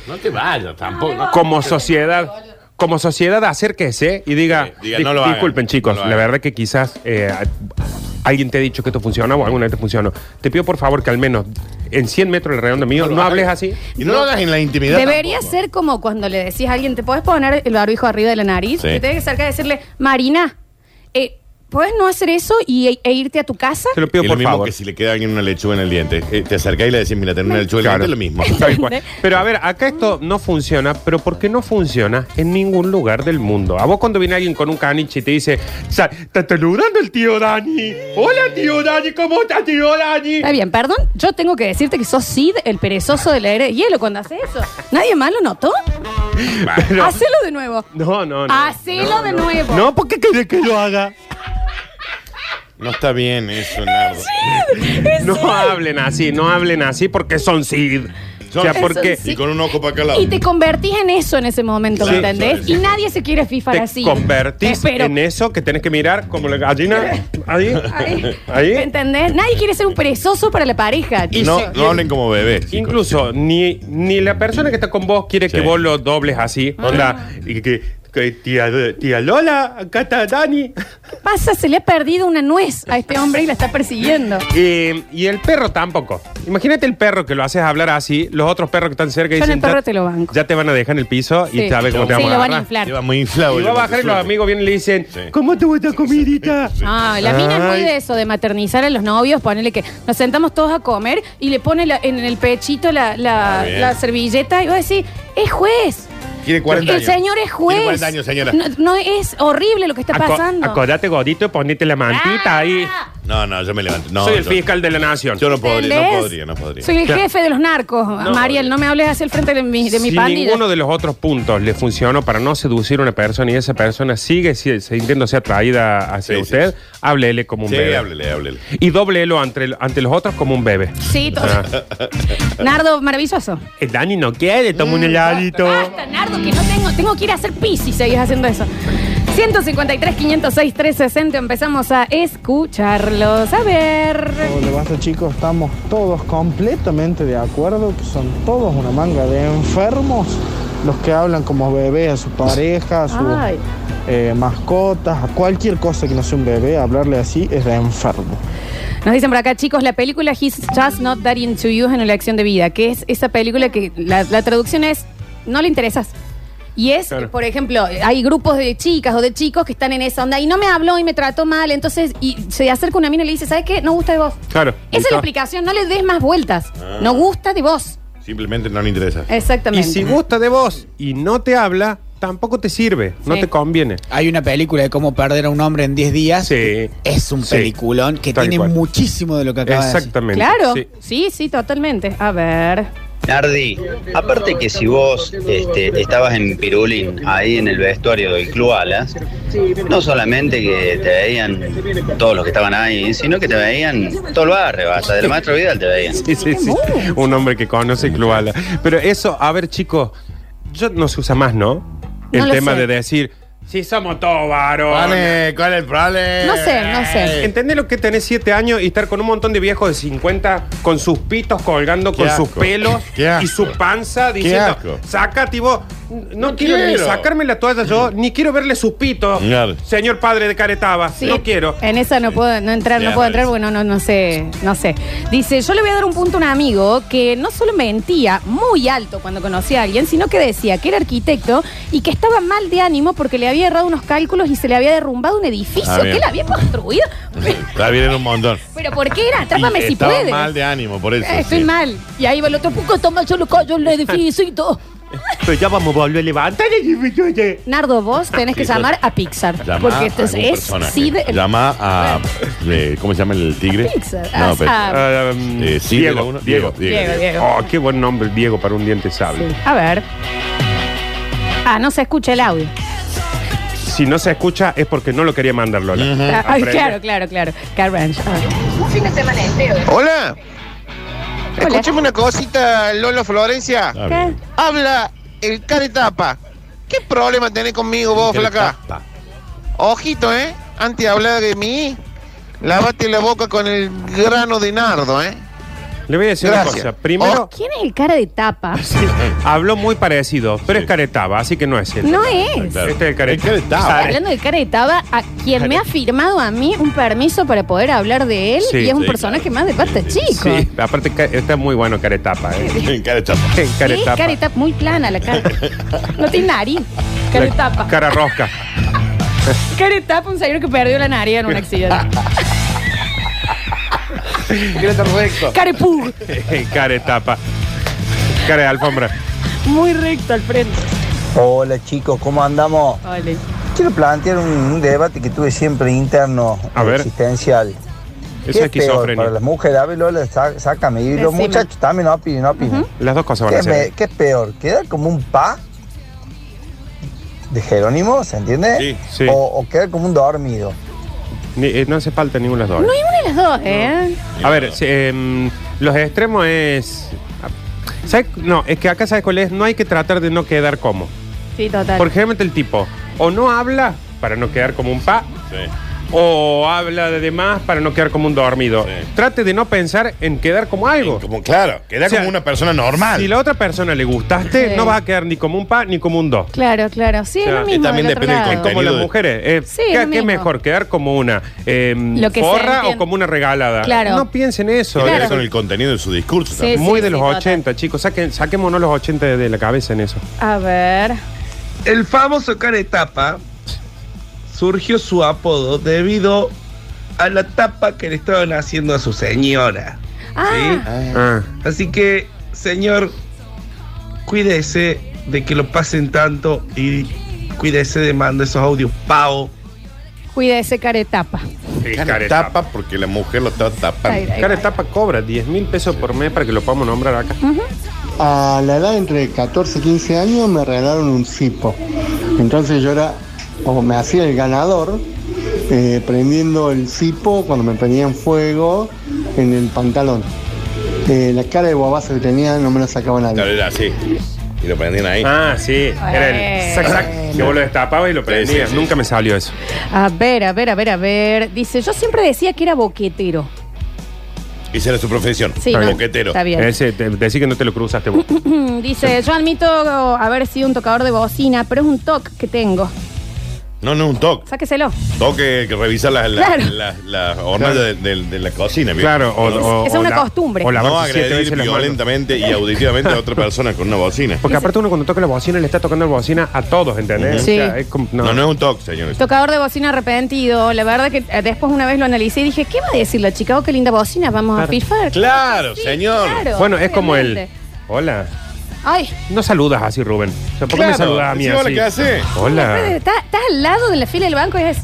Speaker 3: No te vayas tampoco. ¿no?
Speaker 2: Como sociedad. Como sociedad, acérquese y diga,
Speaker 3: Sí, diga,
Speaker 2: "Dis-
Speaker 3: no lo hagan,
Speaker 2: disculpen
Speaker 3: no
Speaker 2: chicos,
Speaker 3: lo hagan".
Speaker 2: la verdad que quizás eh, alguien te ha dicho que esto funciona o alguna vez te funcionó. Te pido por favor que al menos en 100 metros del redondo mío no hables así.
Speaker 3: Y no lo hagas en la intimidad.
Speaker 1: Debería
Speaker 3: tampoco.
Speaker 1: ser como cuando le decís a alguien, ¿te podés poner el barbijo arriba de la nariz?
Speaker 3: Sí.
Speaker 1: Que te que cerca de decirle, Marina, eh, ¿podés no hacer eso y, e, e irte a tu casa?
Speaker 2: Te lo pido
Speaker 3: Y lo
Speaker 2: por
Speaker 3: mismo
Speaker 2: favor.
Speaker 3: que si le queda a alguien una lechuga en el diente. Eh, te acercás y le decís, mira, tenés una lechuga en
Speaker 2: Claro.
Speaker 3: el diente, es lo mismo.
Speaker 2: Tal cual. Pero a ver, acá esto no funciona, pero ¿por qué no funciona en ningún lugar del mundo? A vos cuando viene alguien con un caniche y te dice, "Sa- te está saludando el tío Dani. Hola tío Dani, ¿cómo estás tío Dani?
Speaker 1: Está bien, perdón, yo tengo que decirte que sos Sid, el perezoso de la era de hielo, cuando hace eso. ¿Nadie más lo notó?
Speaker 2: Pero-
Speaker 1: Hacelo de nuevo.
Speaker 2: no, no, no.
Speaker 1: Hacelo
Speaker 2: No,
Speaker 1: de
Speaker 2: no.
Speaker 1: nuevo.
Speaker 2: No, ¿por qué querés que lo haga?
Speaker 3: No está bien eso, Nardo.
Speaker 2: No hablen así, no hablen así porque son Sid. O sea,
Speaker 3: Son-
Speaker 2: porque
Speaker 1: Son Sid.
Speaker 3: Y con un ojo para acá al lado.
Speaker 1: Y te convertís en eso en ese momento, ¿me
Speaker 3: Sí.
Speaker 1: entendés?
Speaker 3: Sí.
Speaker 1: Y nadie se quiere fifar
Speaker 2: te
Speaker 1: así.
Speaker 2: convertís
Speaker 1: Espero.
Speaker 2: en eso que tenés que mirar como la gallina. Ahí.
Speaker 1: Ahí.
Speaker 2: Ahí.
Speaker 1: ¿Entendés? Nadie quiere ser un perezoso para la pareja.
Speaker 2: Y
Speaker 1: chicos.
Speaker 3: no,
Speaker 2: sí,
Speaker 3: no hablen como bebés. chicos.
Speaker 2: Incluso ni, ni la persona que está con vos quiere
Speaker 3: Sí. Ah.
Speaker 2: que vos lo dobles así. Onda, y que, que tía, tía Lola, acá está Dani.
Speaker 1: ¿Qué pasa? Se le ha perdido una nuez a este hombre y la está persiguiendo.
Speaker 2: Eh, y el perro tampoco. Imagínate el perro que lo haces hablar así, los otros perros que están cerca
Speaker 1: Yo en
Speaker 2: dicen,
Speaker 1: el perro
Speaker 2: ya,
Speaker 1: te lo banco.
Speaker 2: ya te van a dejar en el piso
Speaker 1: Sí.
Speaker 2: y sabes cómo te
Speaker 1: Sí,
Speaker 2: vamos a
Speaker 1: lo van a
Speaker 2: agarrar.
Speaker 1: inflar.
Speaker 3: Lleva muy inflado.
Speaker 2: Y va a bajar y los amigos vienen y le dicen,
Speaker 3: Sí.
Speaker 2: ¿cómo tuvo esta comidita?
Speaker 1: Ah, la mina es muy
Speaker 2: Ay.
Speaker 1: de eso, de maternizar a los novios, ponerle que nos sentamos todos a comer y le pone la- en el pechito la, la-
Speaker 3: Está bien.
Speaker 1: la servilleta y va a decir, es juez.
Speaker 3: Tiene 40
Speaker 1: El
Speaker 3: años.
Speaker 1: señor es juez.
Speaker 3: Tiene 40 años, señora.
Speaker 1: No, no, es horrible lo que está
Speaker 2: Aco-
Speaker 1: pasando. Ah,
Speaker 2: acordate, Godito, y ponete la mantita ahí.
Speaker 3: No, no, yo me levanto. No,
Speaker 2: Soy el
Speaker 3: yo-
Speaker 2: fiscal de la nación.
Speaker 3: Yo no podría, no
Speaker 1: ¿Entendés?
Speaker 3: podría, no podría. eh.
Speaker 1: Soy el
Speaker 2: Claro.
Speaker 1: jefe de los narcos. Mariel, no me hables así al frente de mi, de mi
Speaker 2: si
Speaker 1: pandilla.
Speaker 2: ninguno de los otros puntos le funcionó para no seducir a una persona y esa persona sigue si- sintiéndose atraída hacia
Speaker 3: Sí, sí,
Speaker 2: usted,
Speaker 3: sí.
Speaker 2: háblele como un
Speaker 3: Sí,
Speaker 2: bebé.
Speaker 3: háblele, háblele.
Speaker 2: Y doblelo ante, ante los otros como un bebé.
Speaker 1: Sí, todo. Nardo, maravilloso.
Speaker 2: El Dani no quiere, toma
Speaker 1: Mm,
Speaker 2: un heladito.
Speaker 1: Basta, Nardo, que no tengo, tengo que ir a hacer pis si seguís haciendo eso. 153, 506, 360, empezamos a escucharlos. A ver.
Speaker 7: Hola, basta chicos, estamos todos completamente de acuerdo que son todos una manga de enfermos los que hablan como bebés a su pareja, a sus
Speaker 1: Ay.
Speaker 7: eh, mascotas, a cualquier cosa que no sea un bebé, hablarle así es de enfermo.
Speaker 1: Nos dicen por acá, chicos, la película He's Just Not That Into You en la acción de vida, que es esa película que la, la traducción es No le interesas. Y es,
Speaker 2: Claro.
Speaker 1: por ejemplo, hay grupos de chicas o de chicos que están en esa onda y no me habló y me trató mal, entonces y se acerca una mina y le dice, ¿sabes qué? No gusta de vos.
Speaker 2: Claro.
Speaker 1: Esa es
Speaker 2: Listo.
Speaker 1: la explicación, no le des más vueltas. No gusta de vos.
Speaker 3: Simplemente no le interesa.
Speaker 2: Ah. Y
Speaker 1: Exactamente.
Speaker 2: si gusta de vos y no te habla, tampoco te sirve, no
Speaker 1: Sí.
Speaker 2: te conviene.
Speaker 6: Hay una película de cómo perder a un hombre en 10 días.
Speaker 2: Sí.
Speaker 6: Es un
Speaker 2: Sí.
Speaker 6: peliculón que
Speaker 2: Tal
Speaker 6: tiene
Speaker 2: cual.
Speaker 6: muchísimo de lo que acaba de
Speaker 2: Exactamente.
Speaker 1: Claro.
Speaker 2: Sí.
Speaker 1: sí, sí, totalmente. A ver.
Speaker 8: Nardi, aparte que si vos este, estabas en Pirulín, ahí en el vestuario del Club Alas, no solamente que te veían todos los que estaban ahí, sino que te veían todo el barrio, hasta del maestro Vidal te veían.
Speaker 2: Sí, sí, sí. Un hombre que conoce Club Ala. Pero eso, a ver, chicos, yo no se usa más, ¿no? El
Speaker 1: No lo
Speaker 2: tema
Speaker 1: sé.
Speaker 2: de decir, si somos todos varones.
Speaker 3: Vale, ¿cuál es el problema?
Speaker 1: No sé, no sé.
Speaker 2: ¿Entendés lo que es tener 7 años y estar con un montón de viejos de 50 con sus pitos colgando
Speaker 3: Qué
Speaker 2: con sus
Speaker 3: asco.
Speaker 2: pelos
Speaker 3: Qué asco.
Speaker 2: y su panza diciendo,
Speaker 3: asco.
Speaker 2: sacate y vos, no, quiero, ni
Speaker 3: quiero.
Speaker 2: sacarme la toalla yo, ni quiero verle sus pitos,
Speaker 3: Claro.
Speaker 2: señor padre de Caretaba,
Speaker 1: Sí.
Speaker 2: no quiero.
Speaker 1: En esa no puedo no entrar, no
Speaker 3: Ya,
Speaker 1: puedo entrar
Speaker 3: parece.
Speaker 1: porque no, no, no sé, no sé. Dice, yo le voy a dar un punto a un amigo que no solo mentía muy alto cuando conocía a alguien, sino que decía que era arquitecto y que estaba mal de ánimo porque le había errado unos cálculos y se le había derrumbado un edificio
Speaker 3: Ah, bien.
Speaker 1: que él había construido.
Speaker 3: Está bien en un montón.
Speaker 1: Pero ¿por qué era?
Speaker 3: Y
Speaker 1: Trápame si
Speaker 3: estaba
Speaker 1: puedes.
Speaker 3: mal de ánimo, por eso.
Speaker 1: Eh, Estoy
Speaker 3: sí.
Speaker 1: mal. Y ahí va el otro, poco toma, yo lo callo el edificio y todo.
Speaker 2: Pero ya vamos a volver a levantar.
Speaker 1: Nardo, vos tenés que llamar a Pixar.
Speaker 3: Llama
Speaker 1: porque esto
Speaker 3: a
Speaker 1: es,
Speaker 3: algún
Speaker 1: es
Speaker 3: personaje.
Speaker 1: Sid el-
Speaker 3: Llama a. eh, ¿Cómo se llama el tigre?
Speaker 1: Pixar.
Speaker 3: No,
Speaker 1: Ah,
Speaker 3: pero-
Speaker 1: ah,
Speaker 2: Ah, um,
Speaker 3: Eh, sí, de la
Speaker 2: Diego,
Speaker 3: uno-
Speaker 2: Diego.
Speaker 1: Diego, Diego.
Speaker 2: Oh, qué buen nombre, Diego, para un diente sable.
Speaker 1: Sí. A ver. Ah, no se escucha el audio.
Speaker 2: Si no se escucha es porque no lo quería mandar Lola.
Speaker 1: Ah, ay,
Speaker 2: Aprende.
Speaker 1: claro, claro, claro. Car Ranch. Ah. Hola.
Speaker 9: Hola. Escúchame una cosita, Lolo Florencia.
Speaker 1: ¿Qué?
Speaker 3: Está bien.
Speaker 9: Habla el caretapa. ¿Qué problema tenés conmigo vos, flaca?
Speaker 3: Tapa.
Speaker 9: Ojito, ¿eh? Antes de hablar de mí, lavate la boca con el grano de nardo, ¿eh?
Speaker 2: Le voy a decir
Speaker 9: Gracias.
Speaker 2: una cosa. Primero,
Speaker 1: ¿Quién es el cara de tapa?
Speaker 2: habló muy parecido, pero es caretaba, así que no es él.
Speaker 1: No es.
Speaker 3: Claro.
Speaker 2: Este es el
Speaker 3: Es que
Speaker 2: caretaba.
Speaker 3: él estaba.
Speaker 1: Hablando de cara de taba, a quien me ha firmado a mí un permiso para poder hablar de él
Speaker 2: Sí,
Speaker 1: y es un
Speaker 3: sí,
Speaker 1: personaje más
Speaker 3: claro.
Speaker 1: de pasta chico.
Speaker 2: Sí, aparte ca- está muy bueno caretapa. ¿eh?
Speaker 3: Cara de chapa.
Speaker 2: En
Speaker 1: Es
Speaker 2: caretapa.
Speaker 1: cara de tapa, muy plana la cara. No tiene nariz. Cara de
Speaker 2: La
Speaker 1: tapa.
Speaker 2: Cara rosca.
Speaker 1: Cara de tapa, un señor que perdió la nariz en un accidente. Cara de pug.
Speaker 2: caretapa. Cara de alfombra.
Speaker 1: Muy recto al frente.
Speaker 10: Hola chicos, ¿cómo andamos?
Speaker 1: Ole.
Speaker 10: Quiero plantear un, un debate que tuve siempre interno,
Speaker 2: A ver.
Speaker 10: existencial.
Speaker 2: Eso es esquizofrenia.
Speaker 10: para las mujeres? A ver, Lola, sa- sácame. Y los
Speaker 1: Decime.
Speaker 10: muchachos también no opinan, no opinan.
Speaker 2: Las dos cosas van
Speaker 10: ¿Qué,
Speaker 2: a
Speaker 10: me-
Speaker 2: ser.
Speaker 10: qué es peor? ¿Quedar como un pa de Jerónimo, se entiende?
Speaker 3: Sí,
Speaker 2: sí.
Speaker 10: O, o quedar como un dormido.
Speaker 2: Ni- eh, no hace falta ninguna de las
Speaker 1: No
Speaker 2: dos.
Speaker 1: hay una de las dos, ¿eh?
Speaker 2: A ver, si, em, los extremos es. ¿sabes? No, es que acá sabes cuál es. No hay que tratar de no quedar como.
Speaker 1: Sí, total.
Speaker 2: Porque generalmente el tipo o no habla para no quedar como un pa,
Speaker 3: Sí.
Speaker 2: o habla de demás para no quedar como un dormido.
Speaker 3: Sí.
Speaker 2: Trate de no pensar en quedar como algo.
Speaker 3: Como, claro, queda
Speaker 2: O sea,
Speaker 3: como una persona normal.
Speaker 2: Si la otra persona le gustaste,
Speaker 1: Sí.
Speaker 2: no vas a quedar ni como un pa ni como un dos.
Speaker 1: Claro, claro. Sí,
Speaker 2: O sea,
Speaker 1: es lo
Speaker 2: y
Speaker 1: mismo.
Speaker 3: también
Speaker 1: del otro
Speaker 3: depende del
Speaker 1: lado.
Speaker 3: contexto.
Speaker 2: Como las
Speaker 3: de-
Speaker 2: mujeres. eh,
Speaker 1: Sí,
Speaker 2: ¿qué-
Speaker 1: es lo
Speaker 2: ¿Qué es
Speaker 1: mismo.
Speaker 2: mejor? ¿Quedar como una em,
Speaker 1: Lo que se
Speaker 2: forra
Speaker 1: entiende.
Speaker 2: o como una regalada?
Speaker 1: Claro.
Speaker 2: No piensen eso.
Speaker 3: Tiene que
Speaker 1: Claro.
Speaker 3: ver con el contenido de su discurso.
Speaker 1: Sí.
Speaker 3: también.
Speaker 2: Muy de los
Speaker 1: sí,
Speaker 2: 80, chicos. Saquen, saquémonos los 80 de- de la cabeza en eso.
Speaker 1: A ver.
Speaker 5: El famoso caretapa surgió su apodo debido a la tapa que le estaban haciendo a su señora.
Speaker 1: Ah,
Speaker 2: Ah.
Speaker 5: Así que, señor, cuídese de que lo pasen tanto y cuídese de mando esos audios pavo.
Speaker 1: cuida ese cara de
Speaker 2: Ah,
Speaker 1: tapa.
Speaker 2: Sí,
Speaker 3: Cara de tapa porque la mujer lo está
Speaker 1: Ahí,
Speaker 3: tapando.
Speaker 1: ahí,
Speaker 2: Cara
Speaker 1: ahí.
Speaker 2: Tapa cobra 10 mil pesos por mes para que lo podamos nombrar acá.
Speaker 7: A la edad entre 14 y 15 años me regalaron un cipo. Entonces yo era, o me hacía el ganador, eh, prendiendo el cipo cuando me prendían fuego en el pantalón. Eh, la cara de guabazo que tenía no me la sacaba nadie.
Speaker 3: Claro, era así. Y lo prendían ahí.
Speaker 2: Ah, sí. Era
Speaker 1: Bueno.
Speaker 2: el sac,
Speaker 1: Eh,
Speaker 2: sac, que vos lo destapabas y lo prendías.
Speaker 3: Sí, sí, sí.
Speaker 2: Nunca me salió eso.
Speaker 1: A ver, a ver, a ver, a ver. Dice, yo siempre decía que era boquetero.
Speaker 3: Esa era su profesión.
Speaker 1: Sí, no.
Speaker 3: Boquetero.
Speaker 1: Está bien.
Speaker 2: Ese, eh, te- decí que no te lo cruzaste vos.
Speaker 1: Mm, Dice, yo admito oh, haber sido un tocador de bocina, pero es un toc que tengo.
Speaker 3: No, no, un toque.
Speaker 1: Sáqueselo.
Speaker 3: Toque que revisar las la,
Speaker 1: Claro.
Speaker 3: la- la hornalla
Speaker 2: Claro.
Speaker 3: de, de- de la cocina. ¿vio?
Speaker 2: claro, o,
Speaker 3: No,
Speaker 2: o-
Speaker 1: Esa
Speaker 2: o
Speaker 1: es una costumbre.
Speaker 2: O
Speaker 3: no
Speaker 2: lavarse siete
Speaker 3: agredir
Speaker 2: veces las manos.
Speaker 3: violentamente y auditivamente a otra persona con una bocina.
Speaker 2: Porque aparte uno cuando toca la bocina le está tocando la bocina a todos, ¿entendés?
Speaker 1: Sí.
Speaker 2: O sea, es como-
Speaker 3: No,
Speaker 2: no.
Speaker 3: no, es un toque, señores.
Speaker 1: Tocador de bocina arrepentido. La verdad que eh, después una vez lo analicé y dije, ¿qué va a decir la chica? Oh, qué linda bocina, vamos a pifar.
Speaker 3: Claro,
Speaker 1: Sí,
Speaker 3: señor.
Speaker 1: claro,
Speaker 2: Bueno, es como el...
Speaker 1: obviamente.
Speaker 2: Hola.
Speaker 1: Ay,
Speaker 2: No saludas así, Rubén. O sea, ¿Por qué
Speaker 3: Claro,
Speaker 2: me saludas a mí
Speaker 3: decime, hola,
Speaker 2: así?
Speaker 3: ¿qué hace?
Speaker 1: espérate,
Speaker 2: Hola.
Speaker 1: estás estás al lado de la fila del banco y es,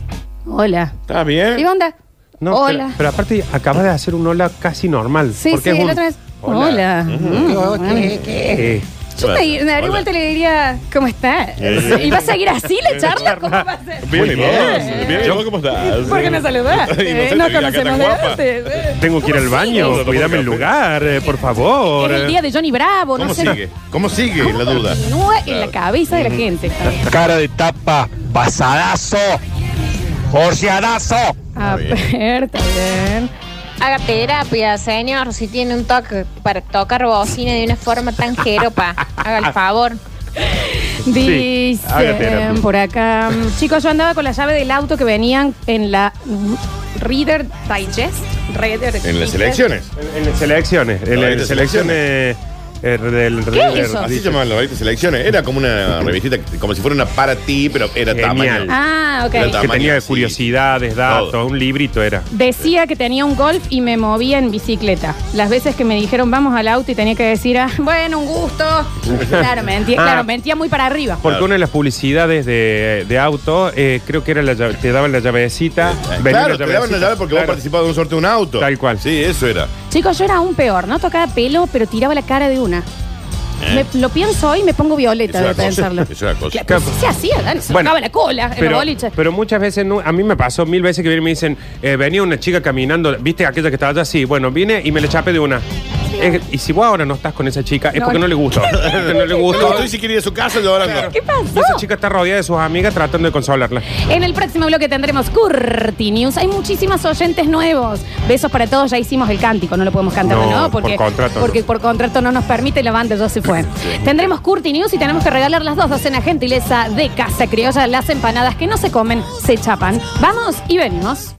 Speaker 1: hola.
Speaker 3: ¿Está
Speaker 1: ¿Y
Speaker 3: bien?
Speaker 1: qué onda?
Speaker 2: Eh. No,
Speaker 1: hola.
Speaker 2: Pero, pero aparte acabas de hacer un hola casi normal.
Speaker 1: sí,
Speaker 2: porque
Speaker 1: sí,
Speaker 2: es un- Eh,
Speaker 1: la otra vez.
Speaker 3: Hola.
Speaker 1: Hola. Mm.
Speaker 2: ¿Qué? ¿Qué?
Speaker 1: Yo me, me daría
Speaker 3: Hola.
Speaker 1: vuelta y le diría, ¿cómo estás? ¿Y va a seguir así la charla? ¿Cómo va a ser?
Speaker 3: Bien, ¿y vos?
Speaker 1: bien.
Speaker 3: Bien, ¿y vos cómo estás?
Speaker 1: ¿Por qué me saludaste?
Speaker 3: Y no sé,
Speaker 1: no
Speaker 3: acá
Speaker 1: conocemos
Speaker 3: tan
Speaker 1: de
Speaker 3: guapa.
Speaker 1: antes. eh.
Speaker 2: Tengo que ir al baño,
Speaker 3: sigue?
Speaker 2: cuídame el lugar, eh, por favor.
Speaker 1: Es el día de Johnny Bravo,
Speaker 3: ¿Cómo
Speaker 1: no sé.
Speaker 3: sigue? ¿Cómo sigue la duda?
Speaker 1: Continúa en la cabeza de la gente.
Speaker 10: Cara de tapa, pasadazo, orciadazo.
Speaker 1: A ver, está bien.
Speaker 11: Haga terapia, señor, si tiene un toque para tocar bocina de una forma tan jeropa. Haga el favor.
Speaker 2: Sí, haga terapia.
Speaker 1: Dicen por acá. mm, Chicos, yo andaba con la llave del auto que venían en la mm, Reader Digest. Reader
Speaker 3: En las
Speaker 1: Digest.
Speaker 3: elecciones.
Speaker 1: Ah.
Speaker 2: En las selecciones, en
Speaker 3: Ahorita
Speaker 2: las selecciones eh, del...
Speaker 1: ¿Qué
Speaker 2: del-
Speaker 1: hizo?
Speaker 3: Así se llamaban las revistas selecciones. Era como una revistita, como si fuera una para ti, pero era
Speaker 2: Genial.
Speaker 3: tamaño.
Speaker 1: Ah,
Speaker 3: Pero
Speaker 1: ok.
Speaker 3: está-
Speaker 2: Que tenía
Speaker 3: Sí.
Speaker 2: curiosidades, datos,
Speaker 3: Todo.
Speaker 2: un librito era.
Speaker 1: Decía que tenía un golf y me movía en bicicleta. Las veces que me dijeron vamos al auto y tenía que decir, ah, bueno, un gusto. Claro, mentía,
Speaker 2: Ah.
Speaker 1: claro, mentía muy para arriba.
Speaker 2: Porque
Speaker 3: Claro.
Speaker 2: una de las publicidades de, de auto, eh, creo que era la llave- te daban la llavecita. venía
Speaker 3: Claro, te daban la
Speaker 2: llavecita.
Speaker 3: llave porque vos
Speaker 2: Claro.
Speaker 3: participabas de un sorteo de un auto.
Speaker 2: Tal cual.
Speaker 3: Sí, eso era.
Speaker 1: Chicos, yo era aún peor, no tocaba pelo, pero tiraba la cara de una.
Speaker 2: Eh.
Speaker 1: Me- lo pienso hoy y me pongo violeta
Speaker 3: Eso
Speaker 1: de
Speaker 3: era cosa.
Speaker 1: pensarlo.
Speaker 3: Eso era cosa.
Speaker 1: Claro, pero sí se hacía, Dani, se
Speaker 2: Bueno,
Speaker 1: tocaba la cola en la
Speaker 2: Pero,
Speaker 1: boliche.
Speaker 2: pero muchas veces, no- a mí me pasó mil veces que vienen y me dicen, eh, venía una chica caminando, viste aquella que estaba allá, sí, bueno, vine y me le chapé de una. Es- y si vos ahora no estás con esa chica, es
Speaker 1: No,
Speaker 2: porque no
Speaker 1: no.
Speaker 2: le gustó. Porque no le
Speaker 3: No le
Speaker 2: gustó.
Speaker 3: gustó y si quería su casa, y ahora no.
Speaker 1: ¿Qué
Speaker 2: Y esa
Speaker 1: pasó?
Speaker 2: chica está rodeada de sus amigas tratando de consolarla.
Speaker 1: En el próximo bloque tendremos Curti News. Hay muchísimas oyentes nuevos. Besos para todos. Ya hicimos el cántico, no lo podemos cantar de
Speaker 2: No,
Speaker 1: nuevo
Speaker 2: por
Speaker 1: porque
Speaker 2: contrato no.
Speaker 1: porque por contrato no nos permite la banda ya se fue. Tendremos Curti News y tenemos que regalar las dos docenas gentileza de Casa Criolla, las empanadas que no se comen, se chapan. Vamos y venimos.